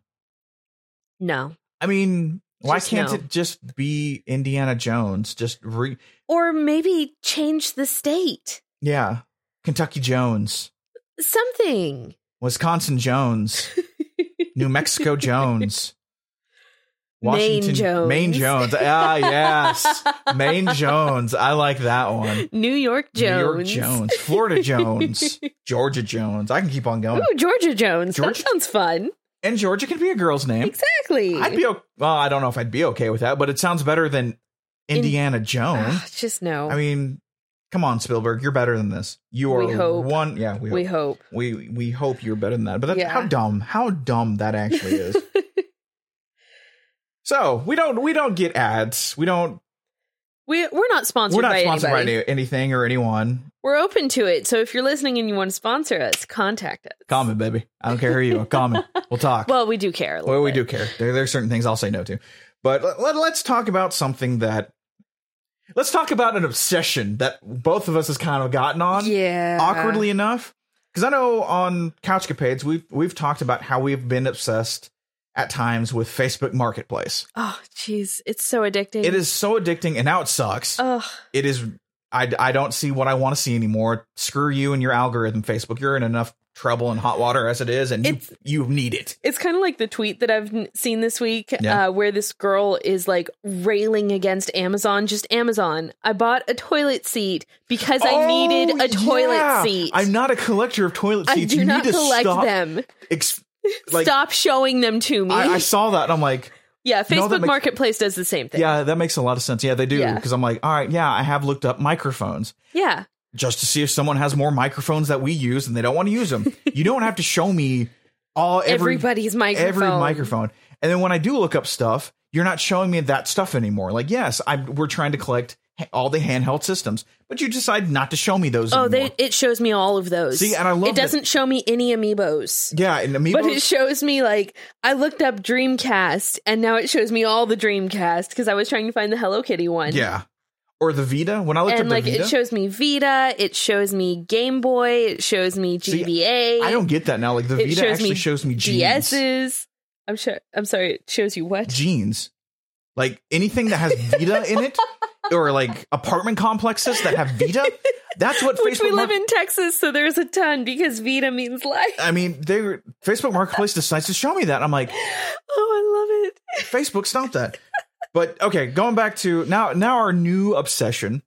No. I mean, why Just can't no. it just be Indiana Jones? Just re Or maybe change the state. yeah, Kentucky Jones, Something. Wisconsin Jones, New Mexico Jones, Washington Jones. Maine Jones. Ah, yes, Maine Jones. I like that one. New York Jones. New York Jones, Florida Jones, Georgia Jones. I can keep on going. Ooh, Georgia Jones. Georgia- That sounds fun. And Georgia can be a girl's name. Exactly. I'd be okay. Well, I don't know if I'd be okay with that, but it sounds better than In- Indiana Jones. Ah, just no. I mean, come on, Spielberg, you're better than this. You are We hope. one. Yeah, we hope. we we hope. we, hope you're better than that. But that's Yeah. how dumb, how dumb that actually is. so we don't we don't get ads. We don't. We, we're not sponsored we're not by sponsored anybody. by any, anything or anyone. We're open to it. So if you're listening and you want to sponsor us, contact us. Comment, baby. I don't care who you are. Comment. We'll talk. Well, we do care. A little Well, we bit. do care. There, there are certain things I'll say no to. But let, us talk about something that. Let's talk about an obsession that both of us has kind of gotten on. Yeah. Um, awkwardly enough because i know on couchcapades we've we've talked about how we've been obsessed at times with facebook marketplace Oh, jeez. It's so addicting. it is so addicting and now it sucks Ugh. it is I, I don't see what i want to see anymore screw you and your algorithm facebook you're in enough trouble and hot water as it is and you, It's- you need it It's kind of like the tweet that I've n- seen this week Yeah. uh, where this girl is like railing against Amazon. Just Amazon. I bought a toilet seat because I Oh, needed a toilet yeah. seat. i'm not a collector of toilet I seats do you not need to collect stop them. ex- like stop showing them to me. I, I saw that and i'm like yeah, No, Facebook that makes- Marketplace does the same thing. yeah that makes a lot of sense yeah they do Yeah. because i'm like all right yeah i have looked up microphones Yeah. just to see if someone has more microphones that we use and they don't want to use them. you don't have to show me all every Everybody's microphone. every microphone. And then when I do look up stuff, you're not showing me that stuff anymore. Like, yes, I we're trying to collect ha- all the handheld systems, but you decide not to show me those. Oh, anymore. they it shows me all of those. See, and I love it. that- Doesn't show me any amiibos. yeah, and Amiibo. But it shows me like I looked up Dreamcast and now it shows me all the Dreamcast because I was trying to find the Hello Kitty one. yeah, or the Vita. When I looked And up like the Vita, it shows me Vita, it shows me Game Boy, it shows me See, GBA. I don't get that now. Like the It Vita shows actually me shows me jeans. DS's. I'm sure. I'm sorry. It shows you what? Jeans, like anything that has Vita in it, or like apartment complexes that have Vita. That's what Which Facebook. we Mar- live in Texas, so there's a ton because Vita means life. I mean, they were- Facebook Marketplace decides to show me that. I'm like, Oh, I love it. Facebook, stop that. But okay, going back to now, now our new obsession.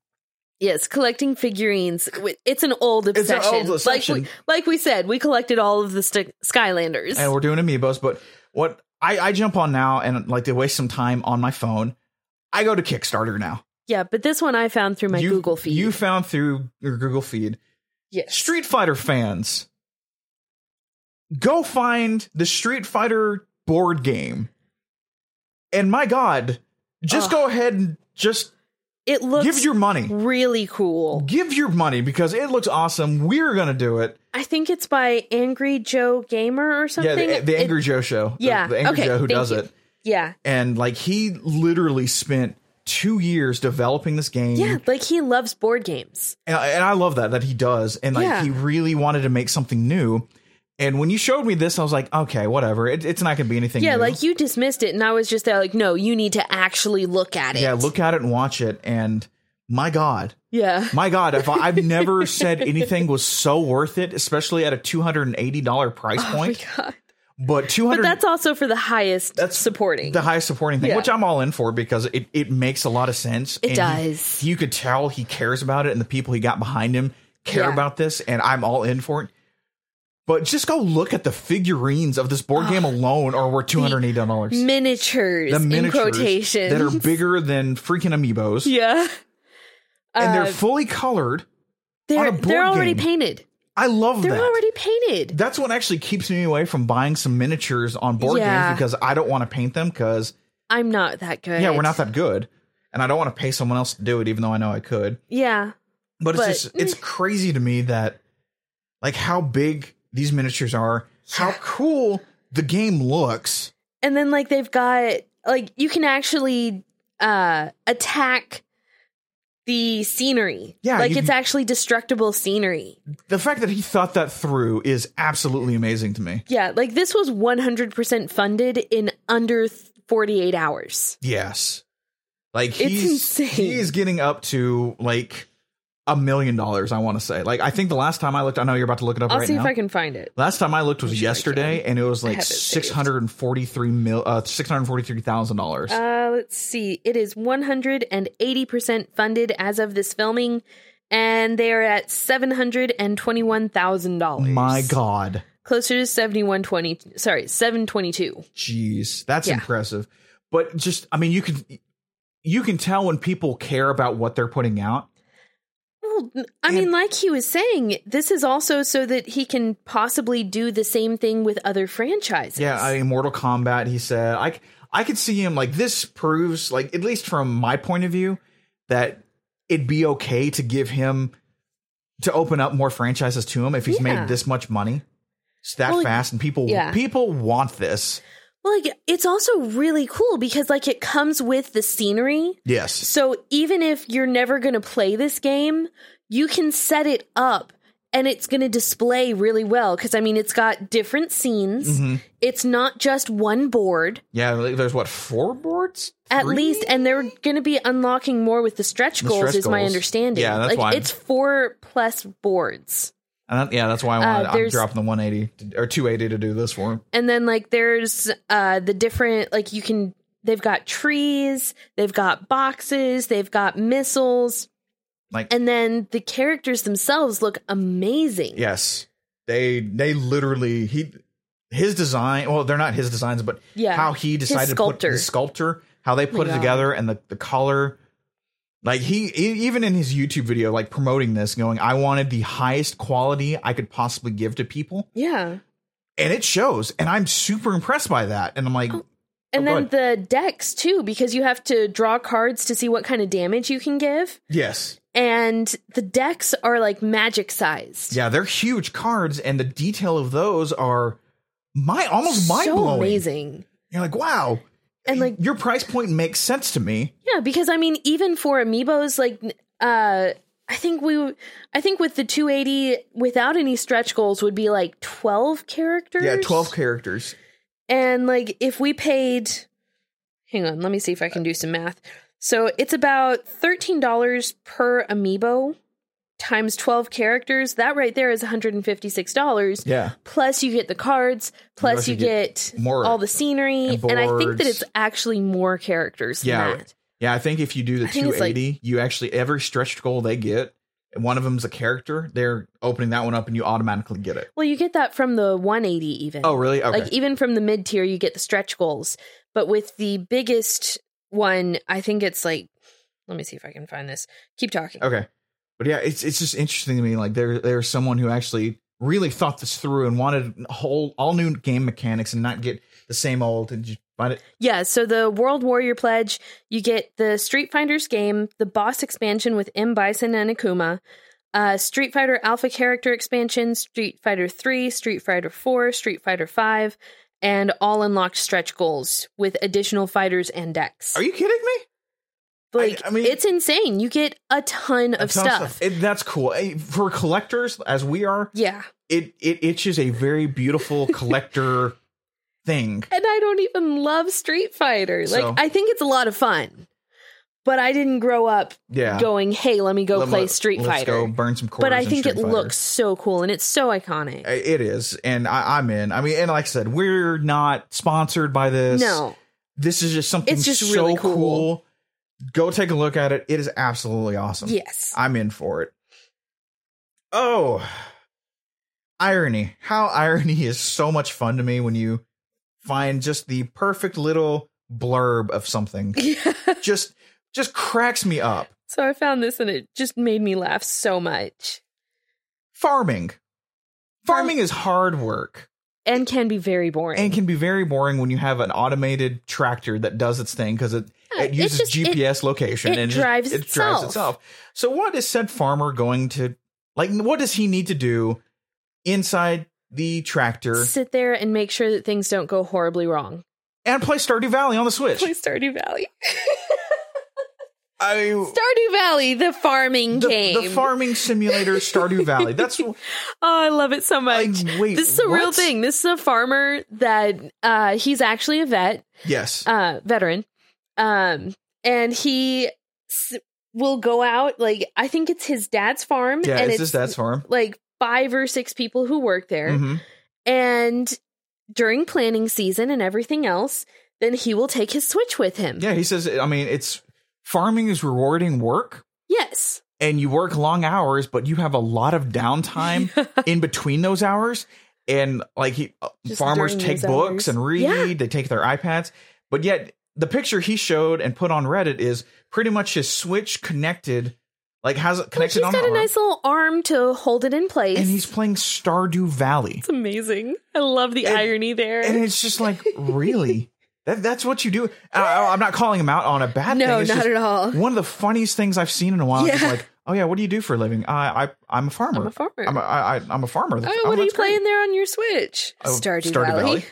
Yes, collecting figurines. Wi- It's an old It's an obsession. old obsession. Like we, like we said, we collected all of the st- Skylanders. and we're doing amiibos. But what I, I jump on now and like to waste some time on my phone, I go to Kickstarter now. yeah, but this one I found through my you, Google feed. You found through your Google feed. yes. Street Fighter fans, go find the Street Fighter board game. And my God, just Ugh. go ahead and just it looks give your money. really cool. Give your money because it looks awesome. We're gonna do it. I think it's by Angry Joe Gamer or Yeah, something. the, the It- Angry Joe show. The- Yeah, the, Angry okay, Joe who thank does you. it. yeah. and like he literally spent two years developing this game Yeah, like he loves board games. and, and i love that that he does and like Yeah. he really wanted to make something new and when you showed me this i was like okay whatever it, it's not gonna be anything Yeah, new. like you dismissed it, and I was just there, like, no, you need to actually look at it. yeah look at it and watch it and my god Yeah. my god if I, i've never said anything was so worth it especially at a $280 price point Oh my God. but 200 But that's also for the highest That's supporting. the highest supporting thing, Yeah. which I'm all in for because it, it makes a lot of sense. It and he- does. you could tell he cares about it, and the people he got behind him care Yeah. about this, and I'm all in for it. But just go look at the figurines of this board game alone, or we're two hundred eighty dollars. miniatures, The Ah. in miniatures quotations. that are bigger than freaking amiibos, yeah. and Uh, they're fully colored. They're, a board they're already game. painted. I love They're that. already painted. That's what actually keeps me away from buying some miniatures on board Yeah. games because I don't want to paint them because I'm not that good. yeah, we're not that good. And I don't want to pay someone else to do it, even though I know I could. Yeah. But it's But- mm. just it's crazy to me that like how big these miniatures are, how cool the game looks. And then like they've got like you can actually uh attack the scenery. Yeah, Like you it's can- actually destructible scenery. The fact that he thought that through is absolutely amazing to me. Yeah, like this was 100% funded in under th- 48 hours. Yes. Like It's he's insane. he's getting up to like a million dollars, I want to say. Like I think the last time I looked, I know you're about to look it up I'll right see now. if I can find it. Last time I looked was I'm sure I yesterday, and it was like have it saved. six hundred and forty-three mil, uh, six hundred forty-three thousand dollars. Uh, let's see. It is 180% funded as of this filming, and they are at $721,000. My God, Closer to 7120. Sorry, 722. jeez, that's Yeah. impressive. But just, I mean, you can you can tell when people care about what they're putting out. Well, I And- mean, like he was saying, this is also so that he can possibly do the same thing with other franchises. Yeah, I mean, Mortal Kombat. He said, I c- I could see him like this proves like at least from my point of view that it'd be okay to give him to open up more franchises to him if he's Yeah. made this much money. It's that Well, fast, and people yeah. people want this. Well, like it's also really cool because like it comes with the scenery. Yes. So even if you're never going to play this game, you can set it up and it's going to display really well cuz I mean it's got different scenes. Mm-hmm. It's not just one board Yeah, like, there's what four boards? at Three? least and they're going to be unlocking more with the stretch The goals stretch is my goals. understanding. Yeah, that's like why I'm- it's four plus boards. And that- yeah, that's why I wanted. I'm Uh, there's- dropping the 180 to- or 280 to do this for him. And then like there's uh the different like you can they've got trees, they've got boxes, they've got missiles. Like- and then the characters themselves look amazing. Yes, they they literally he his design. Well, they're not his designs, but Yeah. how he decided to put sculptor. Oh the sculptor, how they my put it God. together, and the the color. Like he, e- even in his YouTube video, like promoting this, going, I wanted the highest quality I could possibly give to people. Yeah. And it shows. And I'm super impressed by that. And I'm like, And Oh, then the decks too, because you have to draw cards to see what kind of damage you can give. yes. And the decks are like magic sized. Yeah, they're huge cards. And the detail of those are my almost mind so blowing. amazing. You're like, wow. And like your price point makes sense to me. Yeah, because I mean, even for amiibos, like uh, I think we, I think with the 280 without any stretch goals would be like 12 characters. Yeah, 12 characters. And like if we paid, hang on, let me see if I can do some math. So it's about thirteen dollars per amiibo times 12 characters. That right there is 156 dollars. Yeah. Plus you get the cards. Plus also you get get, more all the scenery, and and, I think that boards. it's actually more characters Yeah. than that. Yeah, I think if you do the I think it's like- 280, you actually, every stretched goal they get, one of them's a character, they're opening that one up and you automatically get it. Well, you get that from the 180 even. Oh, really? Okay. Like e even from the mid tier you get the stretch goals. But with the biggest one, I think it's like let me see if I can find this. Keep talking. okay. But yeah, it's it's just interesting to me. Like there there's someone who actually really thought this through and wanted whole all new game mechanics and not get the same old and just find it. Yeah, so the World Warrior Pledge, you get the Street Fighters game, the boss expansion with M Bison and Akuma, uh, Street Fighter Alpha character expansion, Street Fighter 3, Street Fighter 4, Street Fighter 5, and all unlocked stretch goals with additional fighters and decks. Are you kidding me? Like I- I mean- it's insane. You get a ton of Ton stuff. It, that's cool. Eh, For collectors as we are, Yeah. it it itches a very beautiful collector thing. And I don't even love Street Fighter. Like So- I think it's a lot of fun. But I didn't grow up Yeah. going, "Hey, let me go Let- play let- Street let's Go Fighter." burn some quarters. But I in think it Street Fighter. looks so cool and it's so iconic. I- It is, and I, I'm in. I mean, and like I said, we're not sponsored by this. no. this is just something It's just so really cool. cool. Go take a look at it. It is absolutely awesome. Yes. I'm in for it. Oh, irony! How irony is so much fun to me when you find just the perfect little blurb of something. yeah. just, just cracks me up. So I found this and it just made me laugh so much. Farming. Farming is hard work. And can be very boring. and can be very boring when you have an automated tractor that does its thing because it, Yeah, it it's uses just- it- GPS location it and just- drives it drives itself. itself. So what is said farmer going to like? What does he need to do inside the tractor Sit there and make sure that things don't go horribly wrong. and play Stardew Valley on the Switch? Play Stardew Valley. I mean, Stardew Valley, the farming the, game. the farming simulator Stardew Valley. That's like, oh, I love it so much. wait, this is a real what? thing. This is a farmer that uh, he's actually a vet, Yes, uh, veteran, um, and he s- will go out. Like I think it's his dad's farm, yeah, and it's it's just that's farm. like five or six people who work there. Mhm. And during planning season and everything else, then he will take his switch with him. Yeah, he says. I mean, it's farming is rewarding work, Yes, and you work long hours, but you have a lot of downtime in between those hours. And like he, uh, Just farmers during take those books hours. and read, Yeah. they take their iPads. But yet, the picture he showed and put on Reddit is pretty much his Switch connected, like has it Like, connected Oh, he's on the got a arm, nice little arm to hold it in place. and he's playing Stardew Valley. it's amazing. I love the And- irony there. And it's just like, really? That, that's what you do. I, I'm not calling him out on a bad thing. no, It's not just at all. One of the funniest things I've seen in a while is Yeah. like, oh yeah, what do you do for a living? I, I I'm a farmer. I'm a farmer. I'm a, I, I, I'm a farmer. Oh, what are you that's great. playing there on your Switch? Oh, Stardew, Stardew Valley. Valley.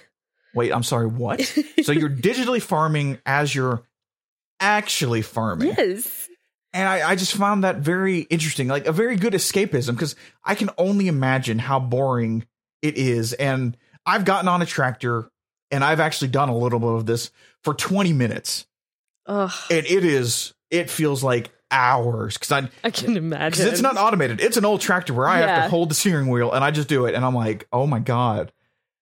Wait, I'm sorry, what? so you're digitally farming as you're actually farming. yes. And I, I just found that very interesting, like a very good escapism, because I can only imagine how boring it is. And I've gotten on a tractor and I've actually done a little bit of this for 20 minutes. Ugh, And it is, it feels like hours because I, I can because imagine. it's not automated. It's an old tractor where I have to Yeah. hold the steering wheel and I just do it. And I'm like, oh my God.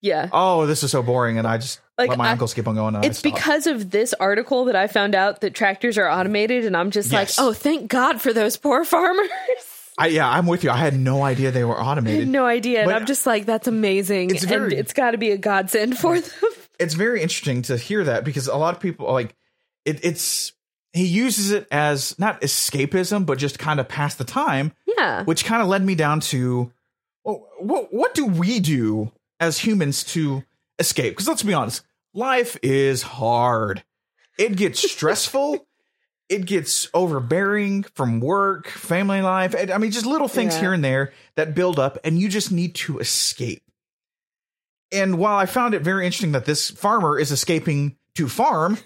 Yeah. Oh, this is so boring. And I just Like, let my I- uncles keep on going. and I It's stopped. because of this article that I found out that tractors are automated, and I'm just Yes. like, oh, thank God for those poor farmers. I, yeah, I'm with you. I had no idea they were I had automated. no idea. And But- I'm just like, that's amazing. It's very- and it's got to be a godsend for them. It's very interesting to hear that because a lot of people like it, it's he uses it as not escapism, but just kind of pass the time, Yeah. which kind of led me down to well, what what do we do as humans to escape? Because let's be honest, life is hard. It gets stressful. It gets overbearing from work, family life. and, I mean, just little things Yeah. here and there that build up, and you just need to escape. And while I found it very interesting that this farmer is escaping to farm,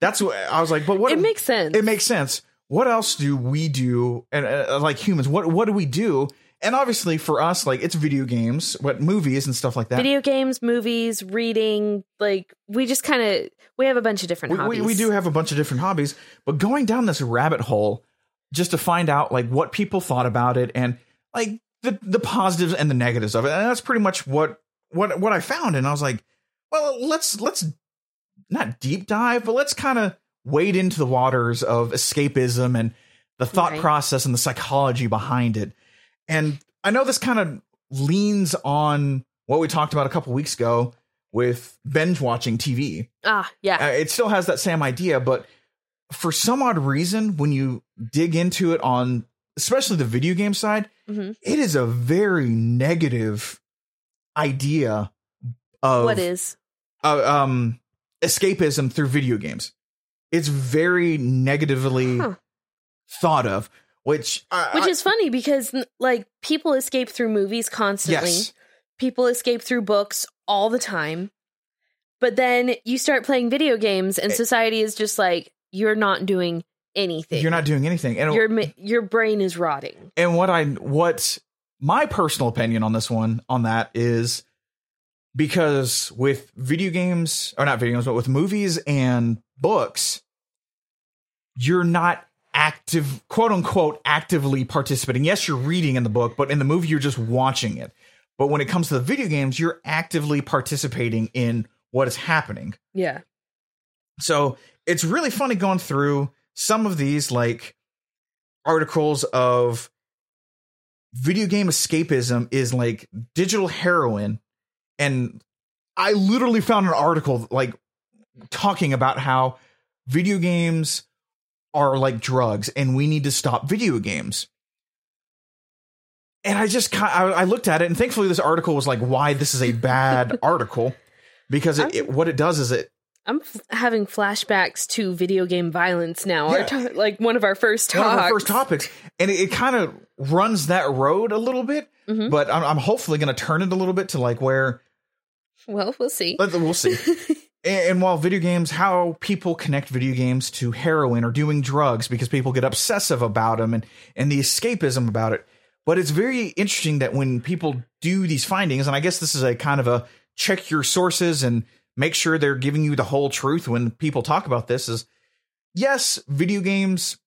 that's what I was like. But what it makes sense. it makes sense. What else do we do, and uh, like humans, what what do we do? And obviously, for us, like it's video games, what movies and stuff like that. Video games, movies, reading, like we just kind of we have a bunch of different we, hobbies. we, we do have a bunch of different hobbies, but going down this rabbit hole just to find out like what people thought about it and like the the positives and the negatives of it, and that's pretty much what what what I found. And I was like, well, let's let's not deep dive, but let's kind of wade into the waters of escapism and the thought Right. process and the psychology behind it. And I know this kind of leans on what we talked about a couple weeks ago with binge watching TV ah yeah uh, it still has that same idea, but for some odd reason, when you dig into it on especially the video game side, Mhm. it is a very negative idea of what is uh, um escapism through video games. It's very negatively Huh. thought of, which I, which I- is funny because n- like people escape through movies constantly. yes, People escape through books all the time. But then you start playing video games and Eh. society is just like you're not doing anything. you're not doing anything, and your mi- your brain is rotting. and what I what my personal opinion on this one on that is because with video games or not video games but with movies and books you're not active quote unquote actively participating yes you're reading in the book but in the movie you're just watching it but when it comes to the video games you're actively participating in what is happening Yeah. so it's really funny going through some of these like articles of video game escapism is like digital heroin. And I literally found an article like talking about how video games are like drugs and we need to stop video games. And I just ki- I, I looked at it and thankfully this article was like why this is a bad article because it, it what it does is it I'm f- having flashbacks to video game violence now. Yeah. Our to- like one of our first talks. one of our first topics, and it, it kind of runs that road a little bit. Mhm. But I'm, I'm hopefully going to turn it a little bit to like where Well, we'll see. but we'll see. and, and while video games, how people connect video games to heroin or doing drugs because people get obsessive about them and and the escapism about it. But it's very interesting that when people do these findings, and I guess this is a kind of a check your sources and make sure they're giving you the whole truth when people talk about this is yes, video games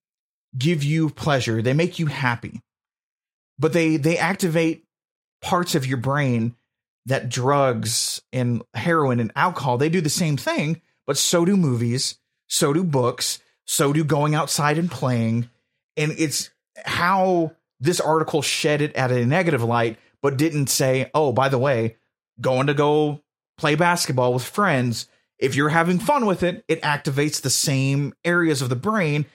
give you pleasure. They make you happy. But they they activate parts of your brain that drugs and heroin and alcohol they do the same thing but so do movies so do books so do going outside and playing and it's how this article shed it at a negative light but didn't say oh by the way going to go play basketball with friends if you're having fun with it it activates the same areas of the brain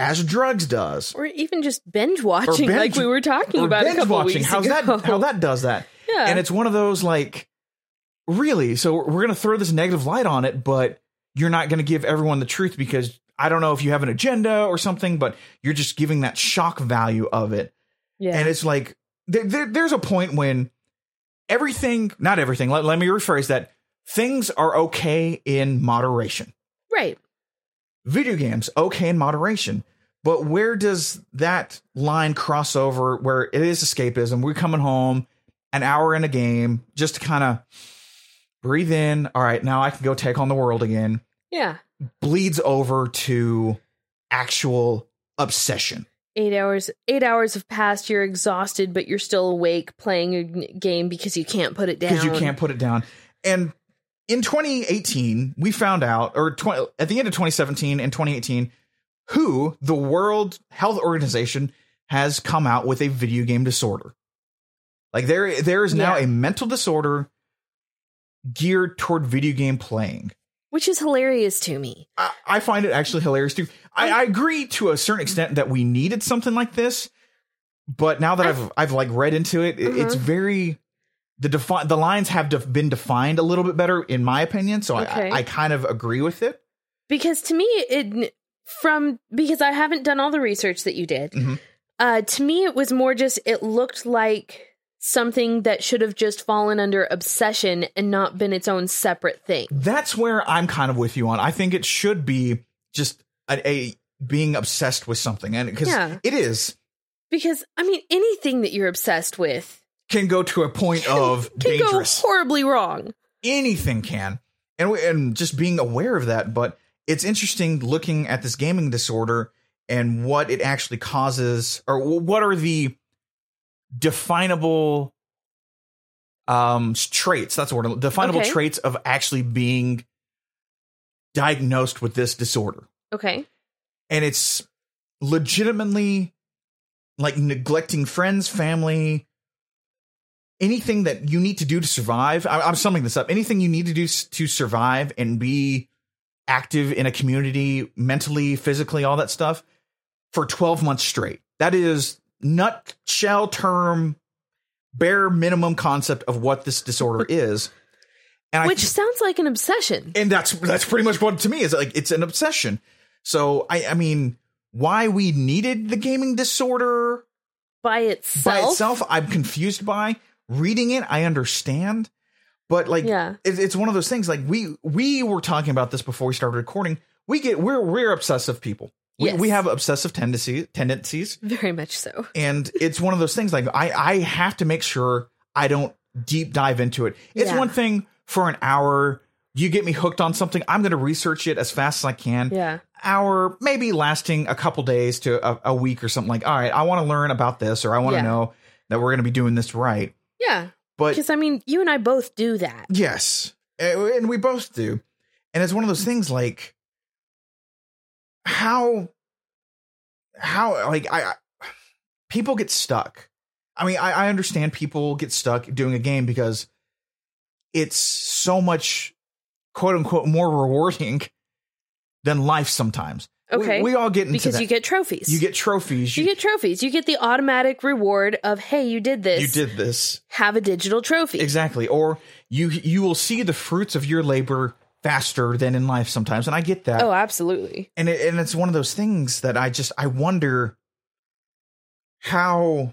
as drugs does or even just binge watching, binge- like we were talking or about a binge couple watching weeks how's ago. that how that does that yeah. and it's one of those like, really? So we're going to throw this negative light on it, but you're not going to give everyone the truth because I don't know if you have an agenda or something, but you're just giving that shock value of it. yeah. And it's like, there, there, there's a point when everything, not everything, let, let me rephrase that things are okay in moderation. right. Video games, okay in moderation. But where does that line cross over where it is escapism? We're coming home, an hour in a game, just to kind of breathe in. All right, now I can go take on the world again. Yeah. Bleeds over to actual obsession. Eight hours. Eight hours have passed. You're exhausted, but you're still awake playing a n- game because you can't put it down. because you can't put it down. And in 2018, we found out, or 20, at the end of 2017 and 2018, who the World Health Organization has come out with a video game disorder. Like there, there is now Yeah. a mental disorder geared toward video game playing. which is hilarious to me. I, I find it actually hilarious too. Oh. I, I agree to a certain extent that we needed something like this, but now that I've I've, like read into it, it Mm-hmm. it's very the defi- the lines have def- been defined a little bit better in my opinion. So Okay. I, I kind of agree with it. Because to me, it from because I haven't done all the research that you did. Mhm. Uh, to me, it was more just it looked like something that should have just fallen under obsession and not been its own separate thing. That's where I'm kind of with you on. I think it should be just a, a being obsessed with something, and because Yeah. it is Because I mean, anything that you're obsessed with can go to a point of can dangerous. go horribly wrong. anything can and we, and just being aware of that but it's interesting looking at this gaming disorder and what it actually causes or wh- what are the definable um s- traits that's the word definable Okay. traits of actually being diagnosed with this disorder Okay. and it's legitimately like neglecting friends, family, anything that you need to do to survive. I, I'm summing this up. Anything you need to do s- to survive and be active in a community, mentally, physically, all that stuff, for 12 months straight. That is nutshell term, bare minimum concept of what this disorder is. And Which sounds like an obsession. and that's that's pretty much what to me is like it's an obsession so i i mean why we needed the gaming disorder by itself. by itself i'm confused by reading it i understand but like Yeah. it's, it's one of those things like we we were talking about this before we started recording we get we're we're obsessive people we, Yes. we have obsessive tendencies tendencies Very much so. and it's one of those things like i i have to make sure i don't deep dive into it it's Yeah. one thing for an hour you get me hooked on something i'm going to research it as fast as i can Yeah. hour maybe lasting a couple days to a, a week or something like all right i want to learn about this or i want to Yeah. know that we're going to be doing this right Yeah. but Because I mean, you and I both do that. yes and and we both do and it's one of those things like how how like i, I people get stuck i mean I, I understand people get stuck doing a game because it's so much quote unquote more rewarding than life sometimes We- Okay. we, all get into Because that. you get trophies. You get trophies. you get trophies. You get the automatic reward of hey, you did this. you did this Have a digital trophy. exactly, or you you will see the fruits of your labor faster than in life sometimes, and I get that. Oh, absolutely. And it, and it's one of those things that I just I wonder how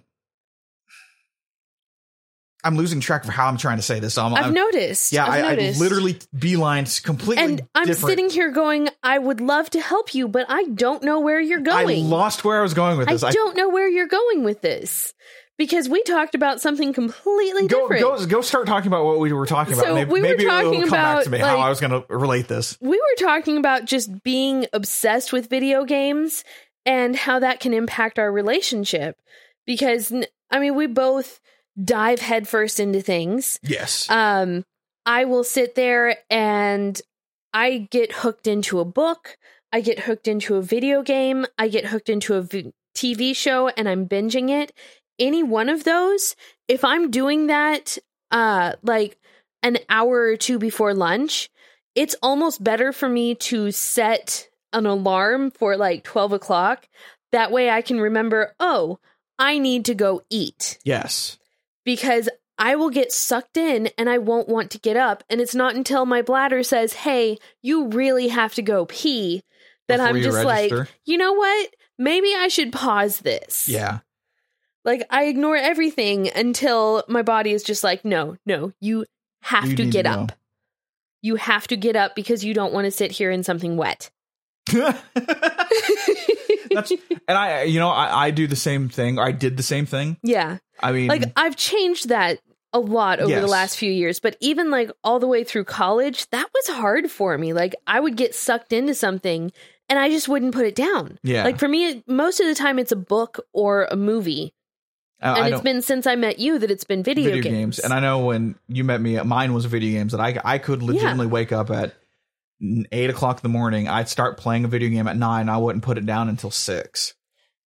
I'm losing track of how I'm trying to say this. I'm, I've I'm- noticed. yeah, I've I, I noticed. literally beelined completely. And I'm different. sitting here going, I would love to help you, but I don't know where you're going. I lost where I was going with I this. I don't know where you're going with this because we talked about something completely go different. go go start talking about what we were talking about. So maybe we were maybe it'll talking come back about, to me how like- I was going to relate this. we were talking about just being obsessed with video games and how that can impact our relationship because n- i mean we both dive headfirst into things Yes. um i will sit there and i get hooked into a book i get hooked into a video game i get hooked into a v- tv show and i'm binging it any one of those if i'm doing that uh like an hour or two before lunch it's almost better for me to set an alarm for like 12 o'clock that way i can remember oh i need to go eat yes. because I will get sucked in and I won't want to get up. And it's not until my bladder says, hey, you really have to go pee, that Before I'm you just like, register. you know what? Maybe I should pause this. Yeah. Like I ignore everything until my body is just like, no, no, you have You to need get to up. You have to get up because you don't want to sit here in something wet. That's and I you know I, I do the same thing. I did the same thing. yeah. I mean Like I've changed that a lot over the Yes. last few years, but even like all the way through college, that was hard for me. Like I would get sucked into something and I just wouldn't put it down. yeah. Like for me, it- most of the time it's a book or a movie. Uh, I, I And it's don't- been since I met you that it's been video, video games. and I know when you met me, mine was video games that I I could legitimately wake up at n- eight o'clock in the morning. I'd start playing a video game at nine. I wouldn't put it down until six.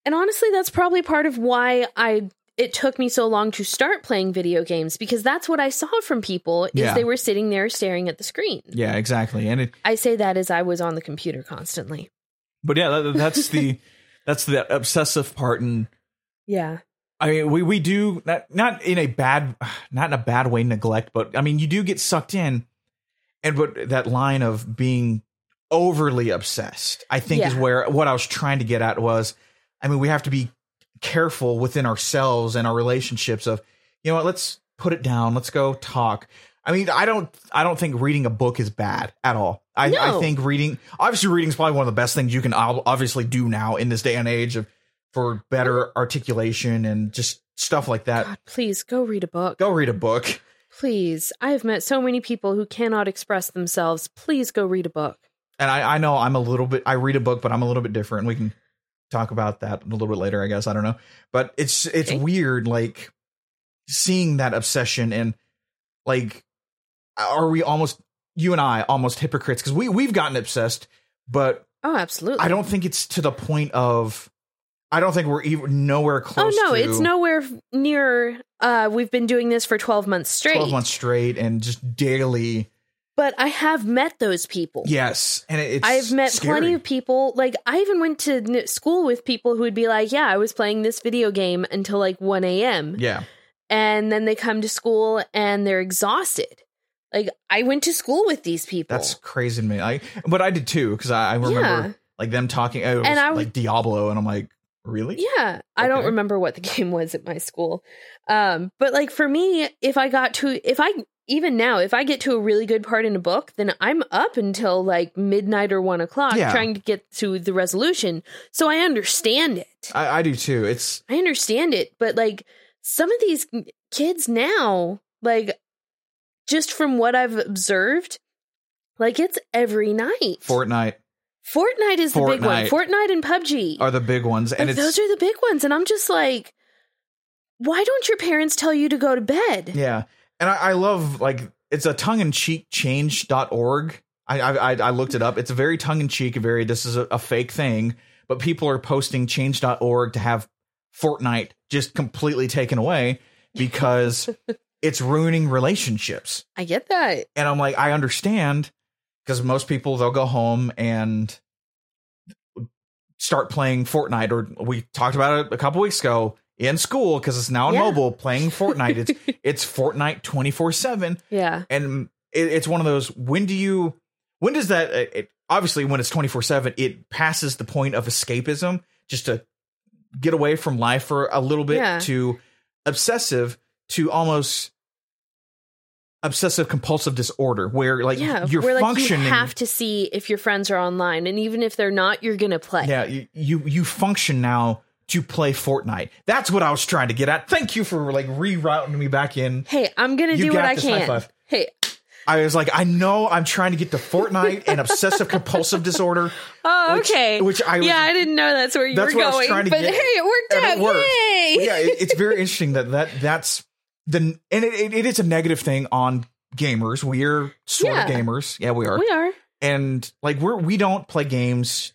And honestly, that's probably part of why I it took me so long to start playing video games because that's what I saw from people is Yeah. they were sitting there staring at the screen. Yeah, exactly. And it, I say that as I was on the computer constantly. but yeah, that, that's the that's the obsessive part and Yeah. I mean, we we do not not in a bad not in a bad way neglect, but I mean, you do get sucked in, and but that line of being overly obsessed, I think, is Yeah. where what I was trying to get at was, I mean, we have to be careful within ourselves and our relationships of, you know, what, let's put it down, let's go talk. I mean, I don't I don't think reading a book is bad at all. I, I No. think reading obviously reading is probably one of the best things you can ob- obviously do now in this day and age of for better articulation and just stuff like that. God, please go read a book. Go read a book. Please. I have met so many people who cannot express themselves. Please go read a book. And I, I know I'm a little bit I read a book, but I'm a little bit different. We can talk about that a little bit later, I guess. I don't know. But it's it's Okay. weird like seeing that obsession and like are we almost you and I almost hypocrites because we we've gotten obsessed, but Oh, absolutely. I don't think it's to the point of I don't think we're even nowhere Oh close no, to it's nowhere near uh we've been doing this for 12 months straight. 12 months straight and just daily But I have met those people. Yes, and it- it's I've met scary. plenty of people. Like I even went to n- school with people who would be like, "Yeah, I was playing this video game until like 1 a.m." yeah, And then they come to school and they're exhausted. Like I went to school with these people. that's crazy to me. I but I did too because I, I remember Yeah. like them talking. oh, It was And I was- like Diablo, and I'm like, really? Yeah, I don't Okay. remember what the game was at my school. Um, but like for me, if I got to if I even now, if I get to a really good part in a book, then I'm up until like midnight or one o'clock Yeah. trying to get to the resolution. So I understand it. I, I do too. It's I understand it, but like some of these kids now, like just from what I've observed, like it's every night. Fortnite Fortnite is the big one. Fortnite. Fortnite and PUBG are the big ones, and like, it's those are the big ones and i'm just like why don't your parents tell you to go to bed yeah. And I, I love like it's a tongue in cheek change.org. I, I I I looked it up. It's a very tongue in cheek, very this is a, a fake thing, but people are posting change.org to have Fortnite just completely taken away because it's ruining relationships. i get that and I'm like, I understand because most people they'll go home and start playing Fortnite, or we talked about it a couple weeks ago in school because it's now on Yeah. mobile playing Fortnite. It's it's Fortnite twenty four seven, yeah and it, it's one of those. When do you? When does that? It, it- obviously, when it's twenty four seven, it passes the point of escapism, just to get away from life for a little bit Yeah. to obsessive to almost obsessive compulsive disorder where like yeah you're we're like you functioning have to see if your friends are online and even if they're not you're gonna play yeah you, you you function now to play fortnite that's what i was trying to get at thank you for like rerouting me back in hey i'm gonna You do what got i this. High can five. hey i was like i know i'm trying to get to fortnite and obsessive compulsive disorder oh Which- okay which I was- yeah i didn't know that's where you That's were what I was going trying to but get- hey it worked and out it worked. yay yeah, it, it's very interesting that that that's the and it, it, it is a negative thing on gamers. We are sort of Yeah. gamers. Yeah, we are. we are and like we're we don't play games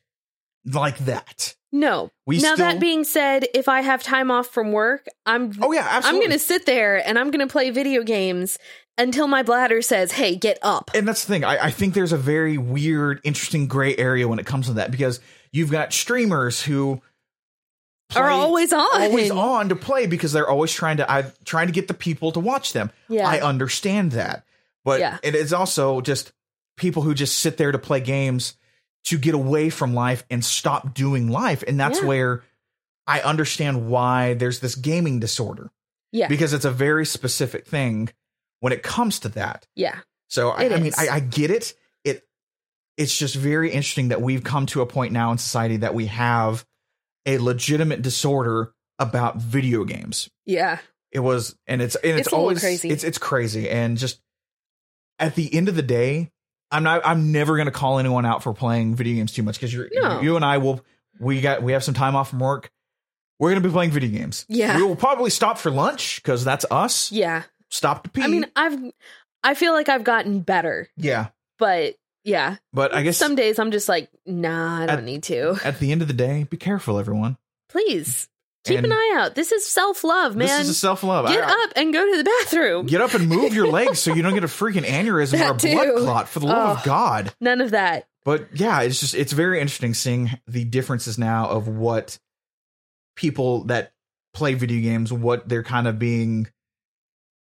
like that. no We now still- that being said if i have time off from work i'm Oh yeah, absolutely. I'm going to sit there and I'm going to play video games until my bladder says, "Hey, get up." and that's the thing. I, I think there's a very weird, interesting gray area when it comes to that because you've got streamers who Are play- always on. always on to play because they're always trying to I trying to get the people to watch them. Yeah. I understand that. But Yeah. it is also just people who just sit there to play games to get away from life and stop doing life. And that's Yeah. where I understand why there's this gaming disorder. Yeah. Because it's a very specific thing when it comes to that. yeah. So I, It I mean, is. I, I get it. It it's just very interesting that we've come to a point now in society that we have a legitimate disorder about video games. Yeah. It was, and it's and it's, It's a little always crazy. It's it's crazy, and just at the end of the day, I'm not. I'm never going to call anyone out for playing video games too much because you're No. you and I will. We got we have some time off from work. We're going to be playing video games. Yeah. we will probably stop for lunch because that's us. Yeah. Stop to pee. I mean, I've I feel like I've gotten better, yeah, but yeah. but I guess Some days I'm just like, "Nah, I don't At- need to." at the end of the day, be careful, everyone. Please. Keep And an eye out. This is self love, This man. is a self love. Get up and go to the bathroom. Get up and move your legs so you don't get a freaking aneurysm or a That too. blood clot for the love of Oh. God. None of that. but yeah, it's just it's very interesting seeing the differences now of what people that play video games, what they're kind of being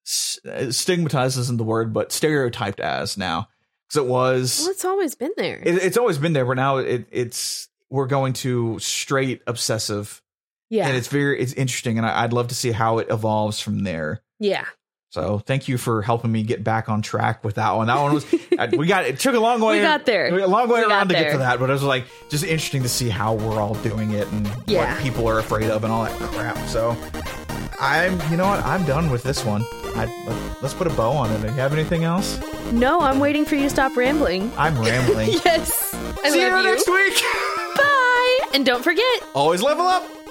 s- uh, stigmatized isn't the word, but stereotyped as now because it was Well, it's always been there. it, it's always been there, but now it, it's we're going to straight obsessive, yeah. and it's very it's interesting, and I, I'd love to see how it evolves from there. yeah. So thank you for helping me get back on track with that one. That one was I, we got it took a long way We got there. a long way We got around to get there. to that, but it was like just interesting to see how we're all doing it and Yeah. what people are afraid of and all that crap. So I'm, you know what, I'm done with this one. I, let- let's put a bow on it. You have anything else? No, I'm waiting for you to stop rambling. I'm rambling. Yes. I see you love you. next week. Bye. And don't forget, Always level up.